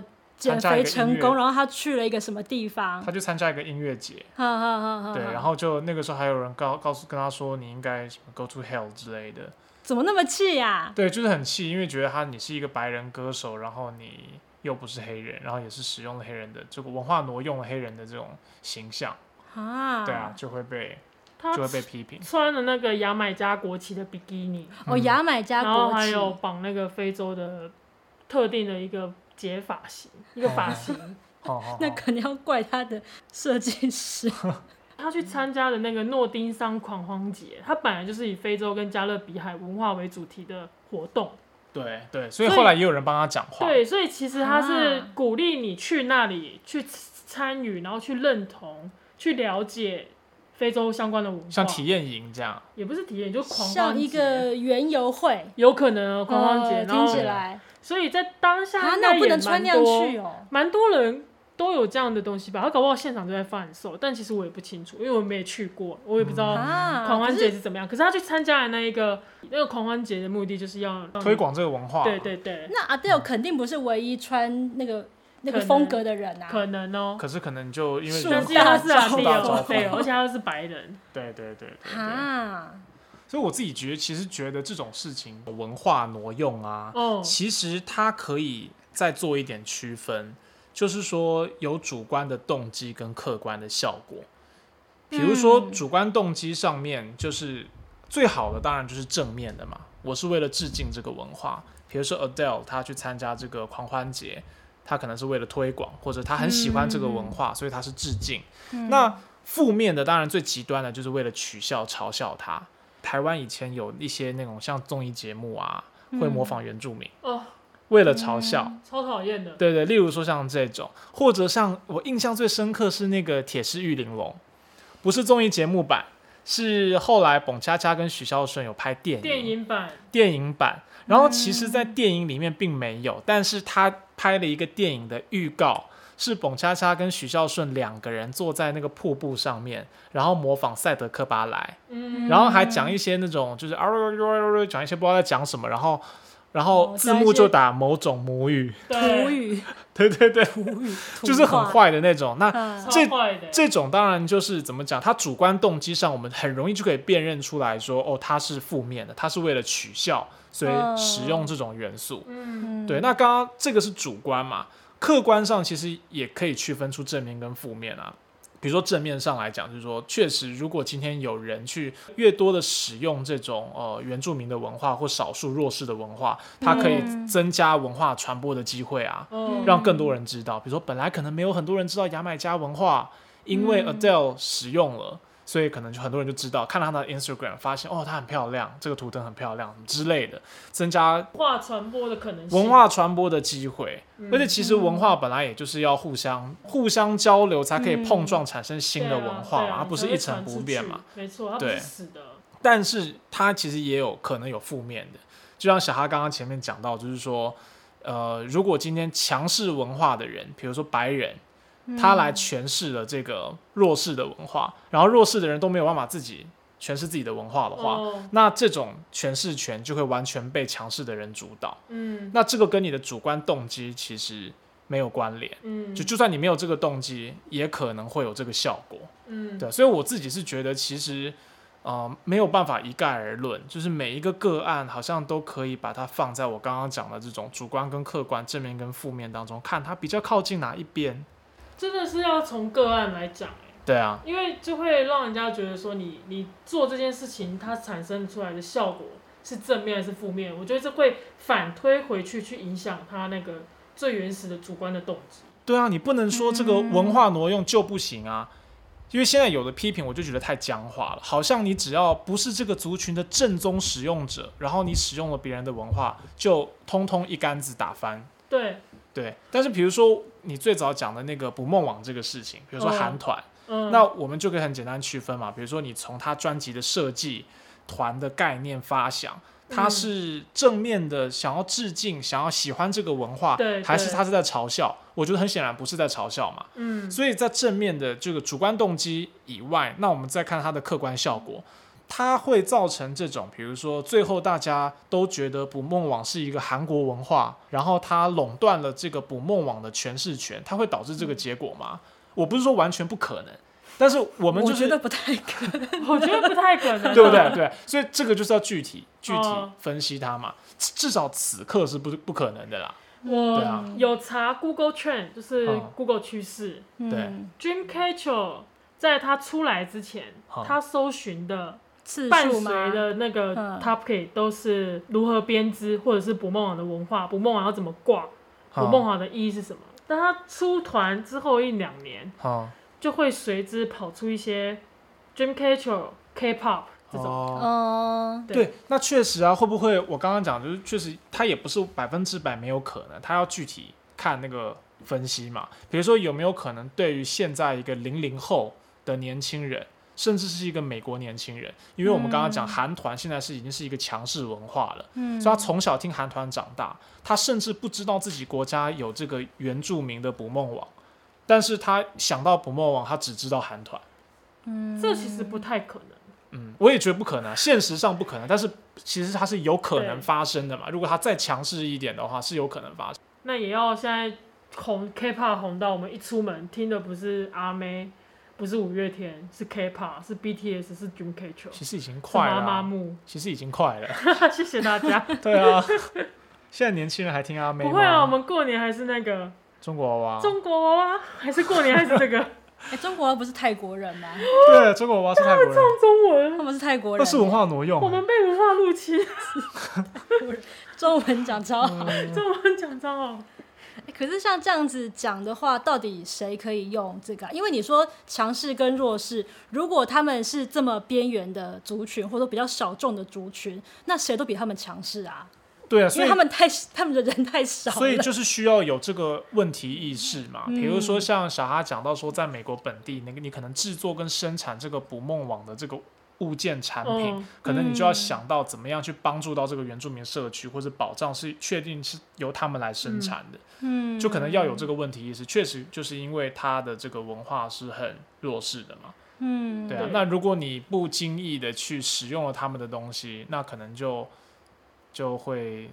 D: 参
B: 减
D: 加一
B: 肥
D: 个
B: 成
D: 音乐
B: 功，然后他去了一个什么地
C: 嗯
B: 方？
D: 他去参加一个音乐节，
B: 哈哈哈哈！
D: 对，然后就那个时候还有人告告诉跟他说你应该什么 go to hell 之类的，
B: 怎么那么气呀、
D: 对，就是很气，因为觉得他你是一个白人歌手，然后你又不是黑人，然后也是使用了黑人的这个文化挪用了黑人的这种形象，
B: 啊？
C: 嗯
D: 对啊，，就会被
C: 他
D: 就会被批 评。
C: 穿了那个牙买加国旗的比基尼，
B: 哦，
D: 嗯
B: 牙买加
C: 然后
B: 国
C: 还
B: 旗，
C: 有绑那个非洲的特定的一个结发型，一个发
B: 嗯
C: 型。
D: 好好好
B: 那肯定要怪他的设计师。
D: 哦
C: 他去参加的那个诺丁山狂欢节，他本来就是以非洲跟加勒比海文化为主题的活动，
D: 对对，所以
C: 所以
D: 后来也有人帮他讲话。
C: 对，所以其实他是
B: 啊
C: 鼓励你去那里去参与，然后去认同、去了解非洲相关的文化，
D: 像体验营这样，
C: 也不是体验，就狂欢
B: 像一
C: 节
B: 个园游会，
C: 有可能哦狂欢节，
B: 呃
C: 然
B: 听
C: 后
B: 起来
D: 哦
C: 所以在当下
B: 啊，
C: 应
B: 那
C: 该
B: 我不
C: 也
B: 能穿
C: 蛮
B: 那样
C: 多
B: 去哦。
C: 蛮多人都有这样的东西吧，他搞不好现场就在贩售，但其实我也不清楚，因为我没有去过，我也不知
D: 哦
C: 道
B: 啊，
C: 狂欢
B: 可
C: 节
B: 是
C: 是怎么样。可是他去参加的那一个那个狂欢节的目的就是要让
D: 推，广这个文化。
C: 对。对对，
B: 那 Adele 肯定不是唯一穿那个那个
C: 可能
B: 风格的人啊。
C: 可能哦、
D: 可是可能就因为
B: 是
D: 人
C: 但是因为他是
B: 大
C: 阿弟
D: 大
C: 哦
D: 招，
C: 对，
D: 风
C: 而且他又是白人，
D: 对对对对对。
B: 啊，
D: 所以我自己觉其实觉得这种事情文化挪用啊，
C: 哦，
D: 其实它可以再做一点区分，就是说有主观的动机跟客观的效果。比如说
B: 嗯
D: 主观动机上面，就是最好的当然就是正面的嘛，我是为了致敬这个文化。比如说 Adele 她去参加这个狂欢节，她可能是为了推广，或者她很喜欢这个文化，所以她是致敬。那负面的当然最极端的就是为了取笑、嘲笑她。台湾以前有一些那种像综艺节目啊，会模仿原住民。
C: 哦，
D: 为了嘲笑。
B: 嗯
C: 超讨厌的，
D: 对对，例如说像这种，或者像我印象最深刻是那个《铁狮玉玲珑》，不是综艺节目版，是后来彭恰恰跟许孝顺有拍电影
C: 电影版
D: 电影版。然后其实，在电影里面并没
B: 嗯
D: 有，但是他拍了一个电影的预告，是彭恰恰跟许孝顺两个人坐在那个瀑布上面，然后模仿赛德克巴莱。
C: 嗯，
D: 然后还讲一些那种就是啊，讲一些不知道在讲什么，然后然后
B: 哦
D: 字
B: 讲一
D: 幕
B: 些
D: 就打某种母语，
B: 土
C: 对，
B: 语，
D: 对对对，
B: 土语，土
D: 就是很
B: 话。
D: 坏的那种。那
B: 嗯
C: 超坏的，
D: 这种当然就是怎么讲，他主观动机上我们很容易就可以辨认出来说，哦，他是负面的，他是为了取笑，所以
B: 嗯
D: 使用这种元素。
C: 嗯，
B: 嗯
D: 对，那刚刚这个是主观嘛，客观上其实也可以区分出正面跟负面啊。比如说正面上来讲，就是说，确实，如果今天有人去越多的使用这种呃原住民的文化或少数弱势的文化，它可以
B: 嗯
D: 增加文化传播的机会啊，
C: 哦，
D: 让更多人知道。比如说，本来可能没有很多人知道牙买加文化，因为
C: 嗯
D: Adele 使用了。所以可能就很多人就知道，看到她的 Instagram，发现哦，她很漂亮，这个图腾很漂亮之类的，增加
C: 化传播的可能性，
D: 文化传播的机会，
C: 嗯
D: 而且其实文化本来也就是要互相互相交流，才可以碰撞产生新的文化
C: 对啊对
D: 嘛，
C: 啊
D: 它不是一成不变嘛。，
C: 你才会传出去没错，它不
D: 对
C: 是死的，
D: 但是它其实也有可能有负面的，就像小哈刚刚前面讲到，就是说，呃，如果今天强势文化的人，比如说白人，他
B: 嗯
C: 嗯
D: 来诠释了这个弱势的文化，然后弱势的人都没有办法自己诠释自己的文化的话，
C: 哦，
D: 那这种诠释权就会完全被强势的人主导。
C: 嗯
D: 那这个跟你的主观动机其实没有关联，
C: 嗯，
D: 就就算你没有这个动机，也可能会有这个效果。
C: 嗯，
D: 对，所以我自己是觉得其实。呃，没有办法一概而论，就是每一个个案好像都可以把它放在我刚刚讲的这种主观跟客观、正面跟负面当中，看它比较靠近哪一边。
C: 真的是要从个案来讲、欸，
D: 对啊，
C: 因为就会让人家觉得说你你做这件事情，它产生出来的效果是正面还是负面，我觉得这会反推回去去影响他那个最原始的主观的动机。
D: 对啊，你不能说这个文化挪用就不行啊，因为现在有的批评我就觉得太僵化了，好像你只要不是这个族群的正宗使用者，然后你使用了别人的文化，就通通一竿子打翻。
C: 对，
D: 对，但是比如说你最早讲的那个捕梦网这个事情，比如说
C: 哦
D: 韩团，
C: 嗯，
D: 那我们就可以很简单区分嘛，比如说你从他专辑的设计、团的概念发想，他
C: 嗯
D: 是正面的，想要致敬，想要喜欢这个文化，
C: 对
D: 还是
C: 对
D: 他是在嘲笑？我觉得很显然不是在嘲笑嘛。
C: 嗯，
D: 所以在正面的这个主观动机以外，那我们再看它的客观效果，它会造成这种，比如说最后大家都觉得捕梦网是一个韩国文化，然后它垄断了这个捕梦网的诠释权，它会导致这个结果吗？我不是说完全不可能，但是我们就
B: 我觉
D: 是
B: 得不太可能。
C: 我觉得不太可能，啊
D: 对不对？？对，所以这个就是要具体具体
C: 哦
D: 分析它嘛，至至少此刻是不不可能的啦。对
C: 我
D: 啊
C: 有查 Google Trend，就是
D: 嗯
C: Google 趋势
D: 对
B: 嗯，
C: ，Dreamcatcher 在它出来之前
D: 嗯，
C: 它搜寻的
B: 次
C: 伴
B: 数吗？
C: 随的那个
B: 嗯
C: topic 都是如何编织，或者是捕梦网的文化，捕梦网要怎么挂，捕
D: 好
C: 嗯梦啊网的意义是什么？但它出团之后一两年，
D: 好
C: 就会随之跑出一些 Dreamcatcher、K-pop 这种。
D: 哦
B: 嗯，
C: 对
D: 对，那确实啊，会不会我刚刚讲就是确实，它也不是百分之百没有可能，它要具体看那个分析嘛。比如说有没有可能对于现在一个零零后的年轻人，甚至是一个美国年轻人，因为我们刚刚讲韩团现在是已经是一个强势文化了，
B: 嗯，
D: 所以他从小听韩团长大，他甚至不知道自己国家有这个原住民的捕梦网，但是他想到捕梦网，他只知道韩团。
B: 嗯
C: 这其实不太可能。
D: 嗯，我也觉得不可能啊，现实上不可能，但是其实它是有可能发生的嘛。如果它再强势一点的话，是有可能发生。
C: 那也要现在红 K-pop 红到我们一出门听的不是阿妹，不是五月天，是 K-pop，是 BTS，是 Dreamcatcher，
D: 其实已经
C: 是
D: 快了
C: 妈
D: 啊、
C: 妈木。
D: 其实已经快了。
C: 谢谢大家。
D: 对啊，现在年轻人还听阿妹吗？
C: 不会啊，我们过年还是那个
D: 中国娃娃，
C: 中国娃娃，还是过年还是这个
B: 哎中国不是泰国人吗？
D: 对中国娃娃是泰国人，
C: 中
B: 他
C: 文，
B: 们是泰国
D: 那
B: 人，
D: 是文化挪用
C: 我
D: 啊、
C: 们被文化入侵，
B: 中文讲超
D: 嗯
B: 好。
C: 中文讲脏哦。
B: 哎可是像这样子讲的话，到底谁可以用这个啊、因为你说强势跟弱势，如果他们是这么边缘的族群，或者比较小众的族群，那谁都比他们强势啊，
D: 对啊，
B: 因
D: 所
B: 为
D: 以
B: 他们太他们的人太少了。
D: 所以就是需要有这个问题意识嘛。比如说像小哈讲到说，在美国本地，那个你可能制作跟生产这个捕梦网的这个物件产品，
C: 嗯
D: 可能你就要
B: 嗯
D: 想到怎么样去帮助到这个原住民社区，或者保障是确定是由他们来生产的，
B: 嗯，
D: 就可能要有这个问题意识。确实就是因为它的这个文化是很弱势的嘛。
B: 嗯，
D: 对啊，
C: 对
D: 那如果你不经意的去使用了他们的东西，那可能就就会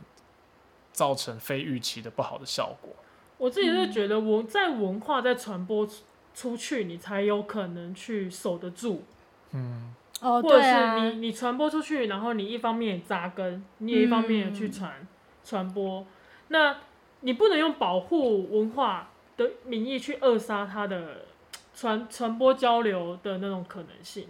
D: 造成非预期的不好的效果。
C: 我自己
B: 嗯
C: 是觉得文在文化在传播出出去，你才有可能去守得住，
D: 嗯，
B: 哦，
C: 或者
B: 对啊，
C: 是你你传播出去，然后你一方面也扎根，你也一方面也
B: 嗯
C: 去传传播，那你不能用保护文化的名义去扼杀它的传传播交流的那种可能性。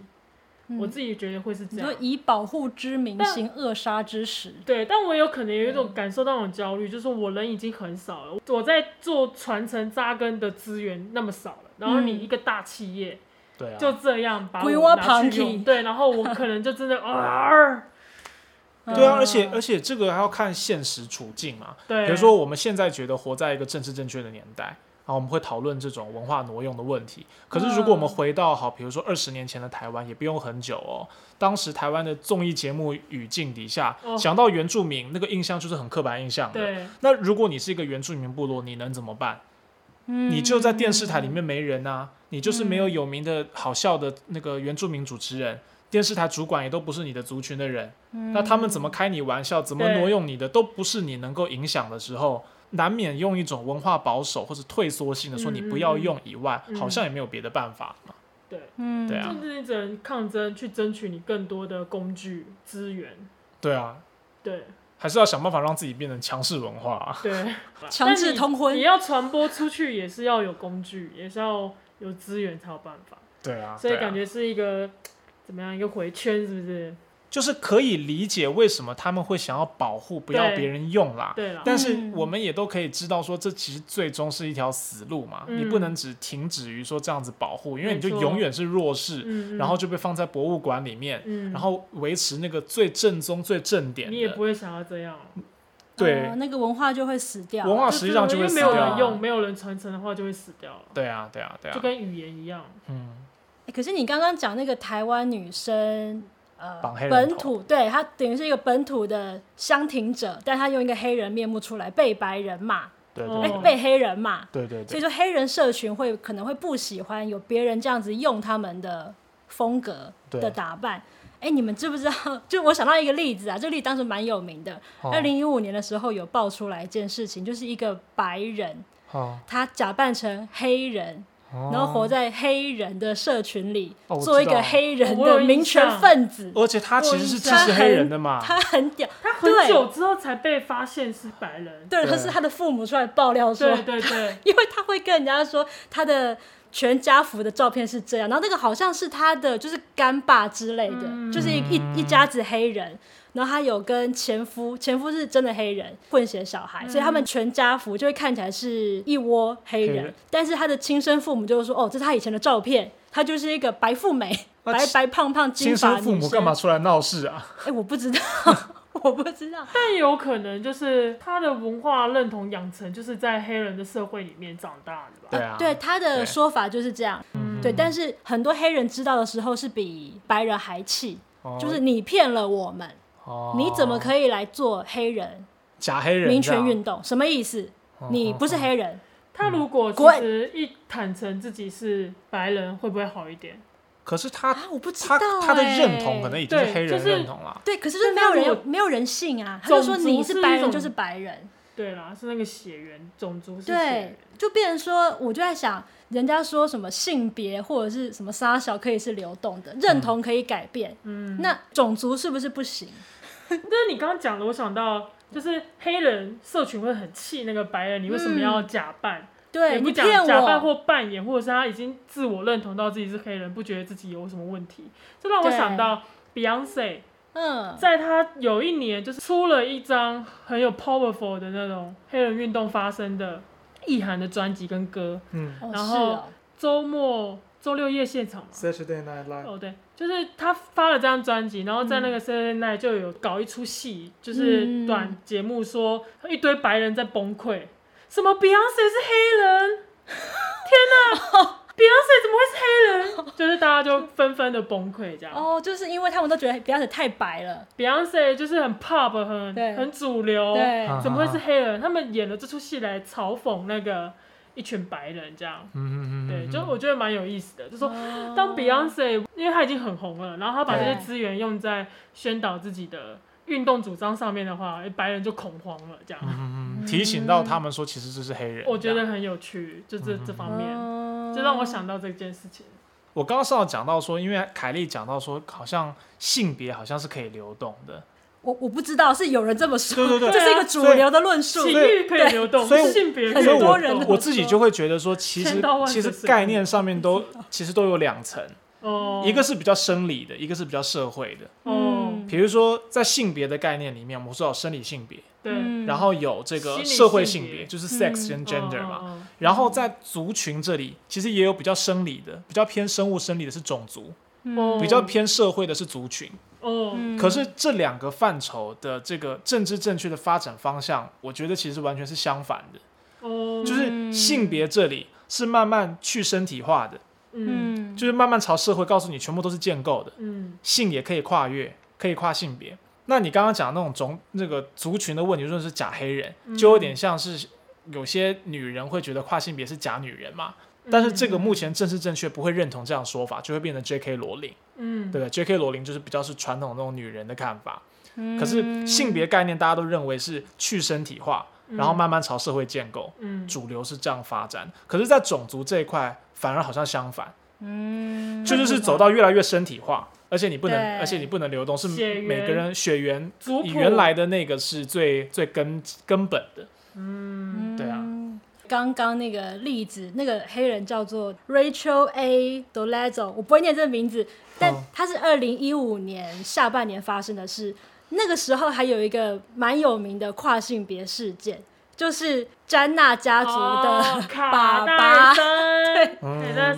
B: 嗯
C: 我自己觉得会是这
B: 你
C: 样
B: 说。以保护之名
C: 但
B: 行扼杀之实，
C: 对，但我有可能有一
D: 嗯
C: 种感受到那种焦虑，就是我人已经很少了，我在做传承扎根的资源那么少了，然后你一个大企业
D: 嗯对啊，
C: 就这样把
B: 规
C: 我
B: 划
C: 拿
B: 旁
C: 去用，
B: 听
C: 对，然后我可能就 真的啊，
D: 对啊，
B: 嗯
D: 而且而且这个还要看现实处境嘛。
C: 对，
D: 比如说我们现在觉得活在一个政治正确的年代，然后我们会讨论这种文化挪用的问题。可是如果我们
C: 嗯
D: 回到好，比如说二十年前的台湾，也不用很久哦，当时台湾的综艺节目语境底下，
C: 哦
D: 想到原住民那个印象就是很刻板印象的。
C: 对，
D: 那如果你是一个原住民部落，你能怎么办？
B: 嗯
D: 你就在电视台
C: 嗯
D: 里面没人啊，你就是没有有名的好笑的那个原住民主持人，电视台主管也都不是你的族群的人，那他们怎么开你玩笑，怎么
C: 嗯对
D: 挪用你的，都不是你能够影响的时候，难免用一种文化保守或者退缩性的说
C: 嗯
D: 你不要用以外，
C: 嗯嗯
D: 好像也没有别的办法嘛。
C: 对，
B: 嗯，
D: 对啊
C: 就是你只能抗争去争取你更多的工具资源，
D: 对啊，
C: 对
D: 还是要想办法让自己变成强势文化、啊。
C: 对，
B: 强制
C: 但你
B: 通婚
C: 你要传播出去也是要有工具，也是要有资源才有办法，
D: 对啊，
C: 所以
D: 对啊
C: 感觉是一个、怎么样一个回圈，是不是？
D: 就是可以理解为什么他们会想要保护，不要
C: 对
D: 别人用啦。
C: 对了，
D: 啊但是
B: 嗯
D: 我们也都可以知道，说这其实最终是一条死路嘛，
C: 嗯
D: 你不能只停止于说这样子保护，因为你就
C: 没错
D: 永远是弱势，
C: 嗯，
D: 然后就被放在博物馆里面，
C: 嗯，
D: 然后维持那个最正宗、最正点
C: 你也
D: 的
C: 不。会想要这样，
D: 对
B: 呃那个文化就会死掉。
D: 文化
C: 就
D: 实际
C: 是
D: 上
C: 因
D: 就
C: 为
D: 会死
C: 没有
D: 掉
C: 人
D: 啊。
C: 用，没有人传承的话就会死掉了，
D: 对啊，对啊，对
C: 就
D: 啊。
C: 跟语言一样，
D: 嗯，
B: 欸可是你刚刚讲那个台湾女生，呃
D: 绑黑，人
B: 本
D: 头
B: 土对她等于是一个本土的乡挺者，但她用一个黑人面目出来被白人骂，
D: 对
C: 哦
D: 对
B: 哎、
D: 对
B: 被黑人骂，
D: 对对
B: 所
D: 对。
B: 以说黑人社群会可能会不喜欢有别人这样子用他们的风格
D: 对
B: 的打扮。哎，你们知不知道？就我想到一个例子啊，这个例子当时蛮有名的。
D: 哦
B: 二零一五年的时候有爆出来一件事情，就是一个白人，
D: 好，
B: 他假扮成黑人，
D: 然
B: 然后活在黑人的社群里，
D: 哦我
B: 做一
D: 知道
B: 个黑人
C: 我有
B: 的
C: 印
B: 民权
C: 象
B: 分子。
D: 而且他其实是支持
B: 他
D: 黑
B: 很
D: 人的嘛，
B: 他很屌，
C: 他很
B: 对
C: 久之后才被发现是白人，
B: 对，
D: 对
B: 可是他的父母出来爆料说，
C: 对对 对，
B: 因为他会跟人家说他的全家福的照片是这样，然后那个好像是他的就是干爸之类的，就是一一一家子黑人，然后他有跟前夫，前夫是真的黑人混血小孩，所以他们全家福就会看起来是一窝黑人，
D: 黑人
B: 但是他的亲生父母就是说，哦，这是他以前的照片。他就是一个白富美，
D: 那啊
B: 白
D: 亲
B: 白胖胖金
D: 亲
B: 发
D: 生
B: 女
D: 父母
B: 生
D: 干嘛？出来闹事啊？
B: 哎、我不知道， 我不知道。
C: 但也有可能就是他的文化认同养成就是在黑人的社会里面长大的吧，
D: 对啊，
B: 对他的
D: 对
B: 说法就是这样，对。但是很多黑人知道的时候是比白人还气，
D: 哦
B: 就是你骗了我们，
D: 哦
B: 你怎么可以来做黑人
D: 假黑人
B: 民
D: 这
B: 权
D: 样嗯哦
B: 运动？什么意思？你不是黑人，
C: 他如果其
B: 滚
C: 实一坦诚自己是白人，会不会好一点？
D: 可是他
B: 啊我不知
D: 他
B: 道
D: 他的
B: 欸
D: 认同可能已经是
C: 对
D: 黑人
C: 就是
D: 认同了。
B: 对，可是就是没
C: 但他
B: 有人
C: 如
B: 有
C: 果
B: 没有人信啊，他就说
C: 种族
B: 你
C: 是
B: 白
C: 一
B: 人
C: 种
B: 就是白人，
C: 对啦，是那个血缘种族是血
B: 对
C: 缘，，
B: 就变成说，我就在想，人家说什么性别或者是什么沙小可以是流动的，认同可以改变，
C: 嗯，
B: 那种族是不是不行？
C: 就是你刚刚讲的，我想到就是黑人社群会很气那个白人，你为什么要假扮？也
B: 嗯对
C: 不
B: 你
C: 讲
B: 骗
C: 假扮
B: 我，
C: 或扮演，或者是他已经自我认同到自己是黑人，不觉得自己有什么问题。这让我
B: 对
C: 想到 Beyonce，
B: 嗯，
C: 在他有一年就是出了一张很有 powerful 的那种黑人运动发生的意涵的专辑跟歌，
D: 嗯
B: 哦
C: 然
B: 是
C: 后
B: 哦
C: 周末周六夜现场嘛。
D: ，Saturday Night Live，
C: 哦，对，就是他发了这张专辑，然后在那个 Saturday Night 就有搞一出戏，就是
B: 嗯
C: 短节目说一堆白人在崩溃，什么 Beyonce 是黑人，天 哪，Beyonce 怎么会是黑人？就是大家就纷纷的崩溃这样。
B: 哦，就是因为他们都觉得 Beyonce 太白了，
C: Beyonce 就是很 pop，很
B: 对
C: 很主流，
B: 对，
D: 啊
C: 怎么会是黑人？他们演了这出戏来嘲讽那个一群白人这样。
D: 嗯嗯嗯，
C: 对，
D: 嗯
C: 就我觉得蛮有意思的，就说
B: 哦
C: 当 Beyonce，因为她已经很红了，然后她把这些
B: 对
C: 资源用在宣导自己的运动主张上面的话，诶白人就恐慌了，这样，
D: 嗯嗯嗯提醒到他们说其实这是黑人。
C: 我觉
D: 这样
C: 得很有趣，就这这方面，
B: 哦
C: 就让我想到这件事情。
D: 我刚刚上讲到说，因为凯莉讲到说，好像性别好像是可以流动 的，
B: 我我不知道是有人这么说，
D: 对对对
B: 这是一个主流的论述
C: 情，欲可以流动，
D: 所以我
C: 性别可
B: 很
C: 以
D: 所以
C: 流
D: 我
B: 多人
C: 动，
D: 我自己就会觉得说，其实
C: 千刀万
D: 其实
C: 水
D: 概念上面都 其实都有两层，
C: 哦，
D: 一个是比较生理的，一个是比较社会的。
B: 嗯
C: 哦，
D: 比如说在性别的概念里面，我们说有生理性别，
C: 对，
B: 嗯
D: 然后有这个
C: 心理
D: 社会
C: 性
D: 性别，
C: 别哦
D: 就是 sex
B: 嗯
D: 跟 gender 嘛。
C: 嘛，
D: 然后在族群这里，其实也有比较生理的，比较偏生物生理的是种族，
C: 哦
D: 比较偏社会的是族群。
C: 哦，
B: 嗯
D: 可是这两个范畴的这个政治正确的发展方向，我觉得其实完全是相反的。
B: 嗯
C: 哦，
D: 就是性别这里是慢慢去身体化的，
C: 嗯
B: 嗯，
D: 就是慢慢朝社会告诉你，全部都是建构的，
C: 嗯
D: 性也可以跨越，可以跨性别。那你刚刚讲的那种种那个族群的问题，就是假黑人，就有点像是有些女人会觉得跨性别是假女人嘛。
C: 嗯
D: 但是这个目前正式正确不会认同这样的说法，就会变成 J.K. 罗琳，
C: 嗯，
D: 对不对？J.K. 罗琳就是比较是传统那种女人的看法，可是
B: 嗯
D: 性别概念大家都认为是去身体化，然
B: 嗯
D: 后慢慢朝社会建构，
C: 嗯
D: 主流是这样发展。可是，在种族这一块反而好像相反，
B: 嗯，
D: 这就是走到越来越身体化，而且你不能，
B: 对
D: 而且你不能流动，是
C: 血缘
D: 每个人血缘
C: 族谱
D: 以原来的那个是最最根根本的。
C: 嗯，
D: 对啊
B: 嗯刚刚那个例子，那个黑人叫做 Rachel A. d o l e z o 我不会念这个名字，但
D: 哦
B: 他是二零一五年下半年发生的事。那个时候还有一个蛮有名的跨性别事件，就是詹娜家族
C: 哦
B: 的
C: 卡
B: 爸
C: 戴
B: 爸，
C: 珊，
D: 嗯
C: 凯戴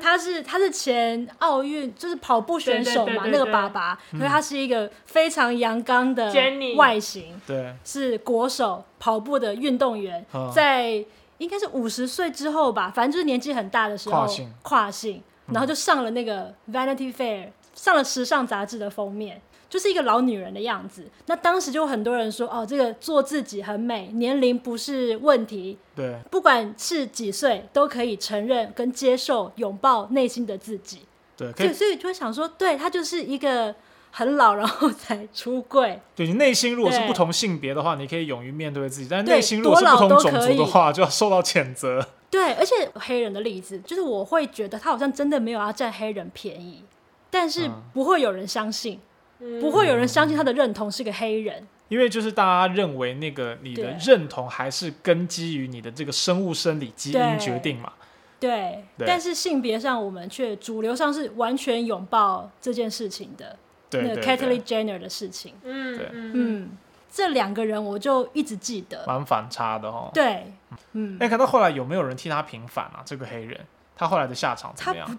B: 他是他是前奥运就是跑步选手嘛，
C: 对对对对
B: 那个爸爸，所以他是一个非常阳刚的
C: Jenny
B: 外形，
D: 对，
B: 是国手跑步的运动员，
D: 嗯
B: 在应该是五十岁之后吧，反正就是年纪很大的时候
D: 跨性嗯
B: 跨性然后就上了那个 Vanity Fair，上了时尚杂志的封面。就是一个老女人的样子，那当时就有很多人说，哦，这个做自己很美，年龄不是问题，
D: 对，
B: 不管是几岁都可以承认跟接受拥抱内心的自己。
D: 对，可
B: 所以，
D: 以，
B: 所以就会想说，对她就是一个很老然后才出柜，
D: 对你内心如果是
B: 对
D: 不同性别的话，你可以勇于面对自己；但
B: 对
D: 内心如果是
B: 多
D: 不
B: 老
D: 同
B: 都
D: 种
B: 可
D: 族
B: 以
D: 的话，就要受到谴责。
B: 对，而且黑人的例子，就是我会觉得他好像真的没有要占黑人便宜，但是
D: 嗯
B: 不会有人相信，
C: 嗯
B: 不会有人相信他的认同是个黑人。
D: 因为就是大家认为那个你的
B: 对
D: 认同还是根基于你的这个生物生理基因
B: 对
D: 决定嘛，
B: 对，
D: 对
B: 但是性别上我们却主流上是完全拥抱这件事情的，
D: 对对
B: 那个
D: 对
B: Caitlyn Jenner 的事情。
C: 嗯
D: 对
C: 嗯嗯，
B: 嗯，这两个人我就一直记得。
D: 蛮反差的哦。
B: 对，嗯，
D: 那看到后来有没有人替他平反啊？这个黑人他后来的下场怎
B: 他
D: 么
B: 不
D: 样？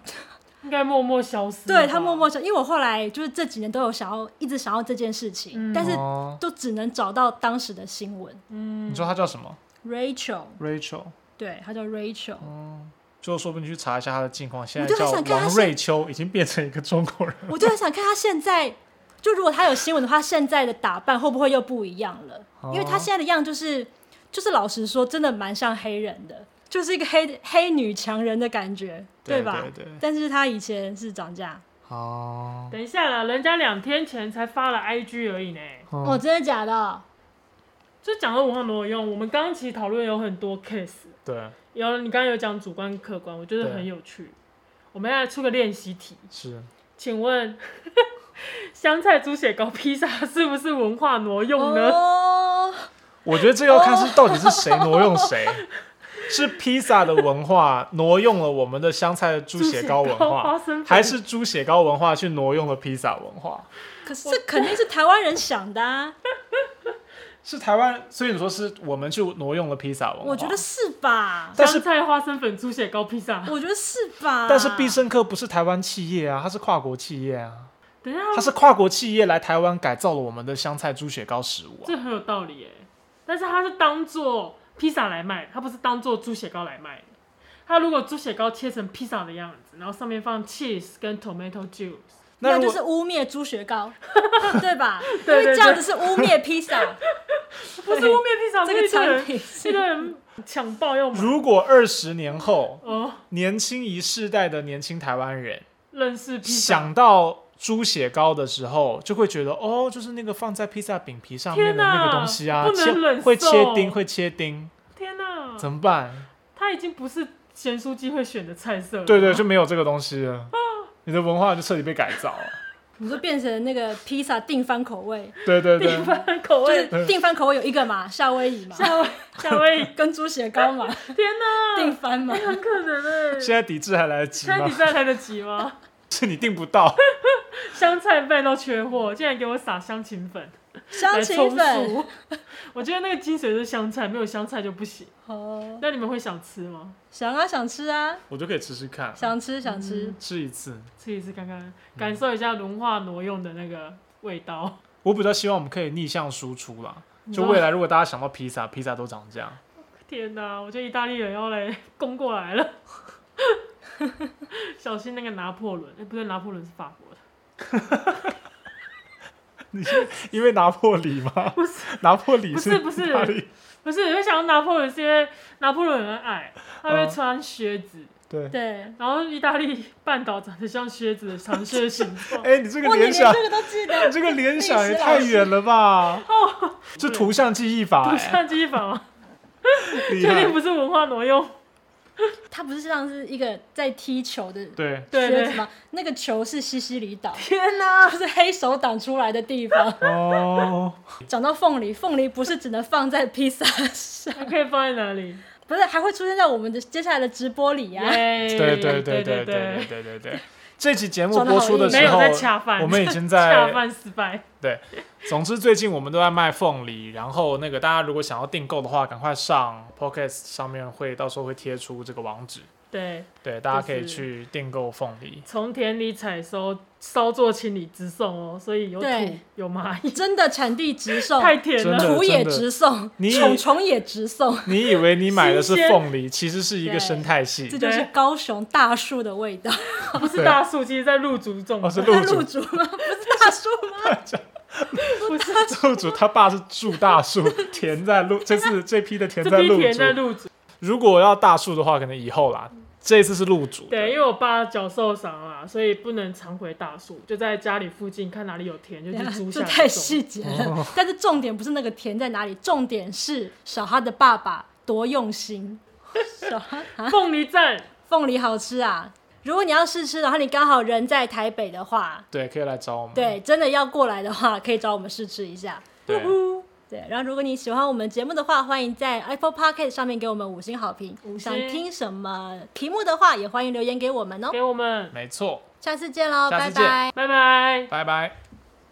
C: 应该默默消失吧。
B: 对他默默想，因为我后来就是这几年都有想要一直想要这件事情，
C: 嗯
B: 但是
D: 哦，
B: 都只能找到当时的新闻。
C: 嗯，
D: 你说他叫什么
B: Rachel，
D: ？Rachel。哦
B: 对，她叫 Rachel。
D: 就说不定去查一下他的近况，现在
B: 就很
D: 叫
B: 想看他
D: 王
B: 现
D: 瑞秋，已经变成一个中国人。
B: 我就很想看他现在，就如果他有新闻的话，现在的打扮会不会又不一样了？因为他
D: 哦
B: 现在的样就是，就是老实说，真的蛮像黑人的，就是一个黑黑女强人的感觉，
D: 哦对
B: 吧？
D: 对对
B: 但是他以前是长这样，
D: 哦，
C: 等一下啦，人家两天前才发了 IG 而已呢。
B: 哦，真的假的？
C: 就讲的文化没有用，我们刚刚其实讨论有很多 case，
D: 对，
C: 有你刚刚有讲主观客观，我觉得
D: 对
C: 很有趣。我们要来出个练习题，
D: 是
C: 请问 香菜猪血糕披萨是不是文化挪用呢？
B: 哦，
D: 我觉得这
C: 哦
D: 要看是到底是谁挪用 谁，是披萨的文化挪用了我们的香菜猪血糕文
C: 猪血糕花
D: 化
C: 生粉，
D: 还是猪血糕文化去挪用了披萨文化？
B: 可是这肯定是台湾人想的啊，
D: 是台湾，所以你说是我们去挪用了披萨文化，
B: 我觉得是吧？
D: 但
C: 香
D: 是
C: 菜啊花生粉猪血糕披萨，
B: 我觉得是吧？
D: 但是必胜客不是台湾企业啊，它是跨国企业啊，
C: 等一下
D: 它是跨国企业来台湾改造了我们的香菜猪血糕食物啊。
C: 这很有道理耶。但是它是当做披萨来卖，它不是当做猪血糕来卖的。它如果猪血糕切成披萨的样子，然后上面放 cheese 跟 tomato juice，
D: 那
B: 那
D: 如
B: 就
D: 果
B: 是污蔑猪血糕， 对吧？
C: 对对
B: 因为
C: 对
B: 这样子是污蔑披萨，
C: 不是后面披萨，
B: 这
C: 是
B: 个
C: 一堆
B: 产
C: 人
B: 品
C: 一堆人抢爆要买。
D: 如果二十年后，
C: 哦，
D: 年轻一世代的年轻台湾人
C: 认识披萨，
D: 想到猪血糕的时候，就会觉得哦，就是那个放在披萨饼皮上面的
C: 天哪
D: 那个东西啊，
C: 不能
D: 切
C: 忍
D: 会切
C: 受嗯
D: 丁，会切丁，
C: 天哪、
D: 怎么办？
C: 它已经不是咸酥鸡会选的菜色了。
D: 对对，就没有这个东西了，你的文化就彻底被改造 了。
B: 你说变成那个披萨定番口味，
D: 对对对
C: 地，方
B: 就
C: 口味，
B: 是定番口味有一个嘛，夏威夷嘛，
C: 夏威夏威夷，
B: 跟猪血糕嘛，
C: 天哪、
B: 定番 嘛，
C: 很可能哎、
D: 现在抵制还来得及
C: 现在
D: 吗
C: 你？这样来得及吗？
D: 是你订不到，
C: 香菜饭都缺货，竟然给我撒香芹粉
B: 香
C: 来
B: 芹
C: 充
B: 粉。
C: 数。 我觉得那个精髓是香菜，没有香菜就不行。
B: 哦，
C: 那你们会想吃吗？
B: 想啊，想吃啊，
D: 我就可以吃吃看，
B: 想吃想
C: 嗯
B: 吃。
D: 吃一次。
C: 吃一次看看，感受一下文化挪用的那个味道。
D: 我比较希望我们可以逆向输出啦，就未来如果大家想到披萨，披萨都长这 样。
C: 天哪，我觉得意大利人要来攻过来了， 小心那个拿破仑！哎、不对，拿破仑是法国的，
D: 你是因为拿破里吗？
C: 不是
D: 拿破里
C: 不
D: 是
C: 是不是
D: 哪里？
C: 不是，我想到拿破仑是因为拿破仑很矮，他会
D: 嗯
C: 穿靴子，
D: 对，
B: 对，
C: 然后意大利半岛长得像靴子的长靴的形 状。
D: 哎，你这个
B: 哇，你
D: 联
B: 连
D: 想，
B: 这个都记
D: 你
B: 得，
D: 这个联想也太远了吧？这图像记忆法，
C: 不
D: 哎
C: 像机房吗？
D: 厉
C: 确定
D: 害
C: 不。是文化挪用？
B: 它不是像是一个在踢球的
D: 对，
C: 对
B: 靴
C: 对
B: 子，吗？那个球是西西里岛，
C: 天哪！
B: 就是黑手党出来的地方。
D: 哦，
B: 讲到凤梨，凤梨不是只能放在披萨上，
C: 还可以放在哪里？
B: 不是还会出现在我们的接下来的直播里呀、
C: 耶
D: 对对
C: 对
D: 对对
C: 对
D: 对
C: 对，
D: 对对对。这期节目
B: 装得
D: 播
B: 好
D: 出的
B: 硬
D: 时
C: 没有
D: 候
C: 在，恰饭，
D: 我们已经
C: 恰
D: 在。
C: 饭失败。
D: 总之，最近我们都在卖凤梨，然后那个大家如果想要订购的话，赶快上 Pocket 上面会到时候会贴出这个网址，
C: 对，
D: 对，大家可以
C: 就是
D: 去订购凤梨。
C: 从田里采收，稍作清理直送哦，所以有土
B: 对
C: 有蚂蚁，
B: 真的产地直送，
C: 太甜
D: 真的
C: 了。
B: 土也直送
D: 你，
B: 虫虫也直送，
D: 你以为你买的是
C: 新鲜
D: 凤梨，其实是一个
B: 对
D: 生态系
B: 这，就是高雄大树的味 道。
C: 不是大树，其实在入竹种
D: 哦，是
C: 的，
D: 陆
B: 入
D: 主，
B: 主吗？不是大树吗？
C: 不是
D: 陆主他爸是住大树， 田在陆，这次这批的田
C: 这
D: 在
C: 批
D: 陆
C: 田
D: 主
C: 在。入竹。
D: 如果要大树的话，可能以后啦，这一次是陆主。
C: 对，因为我爸脚受伤啊，所以不能常回大树，就在家里附近看哪里有田就去租
B: 这
C: 下来种。
B: 太细节
D: 哦
B: 了。但是重点不是那个田在哪里，重点是小哈的爸爸多 用心。小哈
C: 凤梨赞，
B: 凤梨好吃啊！如果你要试吃，然后你刚好人在台北的话，
D: 对，可以来找我们。
B: 对，真的要过来的话，可以找我们试吃一下。
D: 对，
B: 对，然后如果你喜欢我们节目的话，欢迎在 Apple p o c k e t 上面给我们五星好评。
C: 五星
B: 想听什么题目的话，也欢迎留言给我们哦。
C: 给我们，
D: 没错，
B: 下次见喽，
D: 下
B: 拜
D: 次见
B: 拜。
C: 拜拜。
D: 拜拜。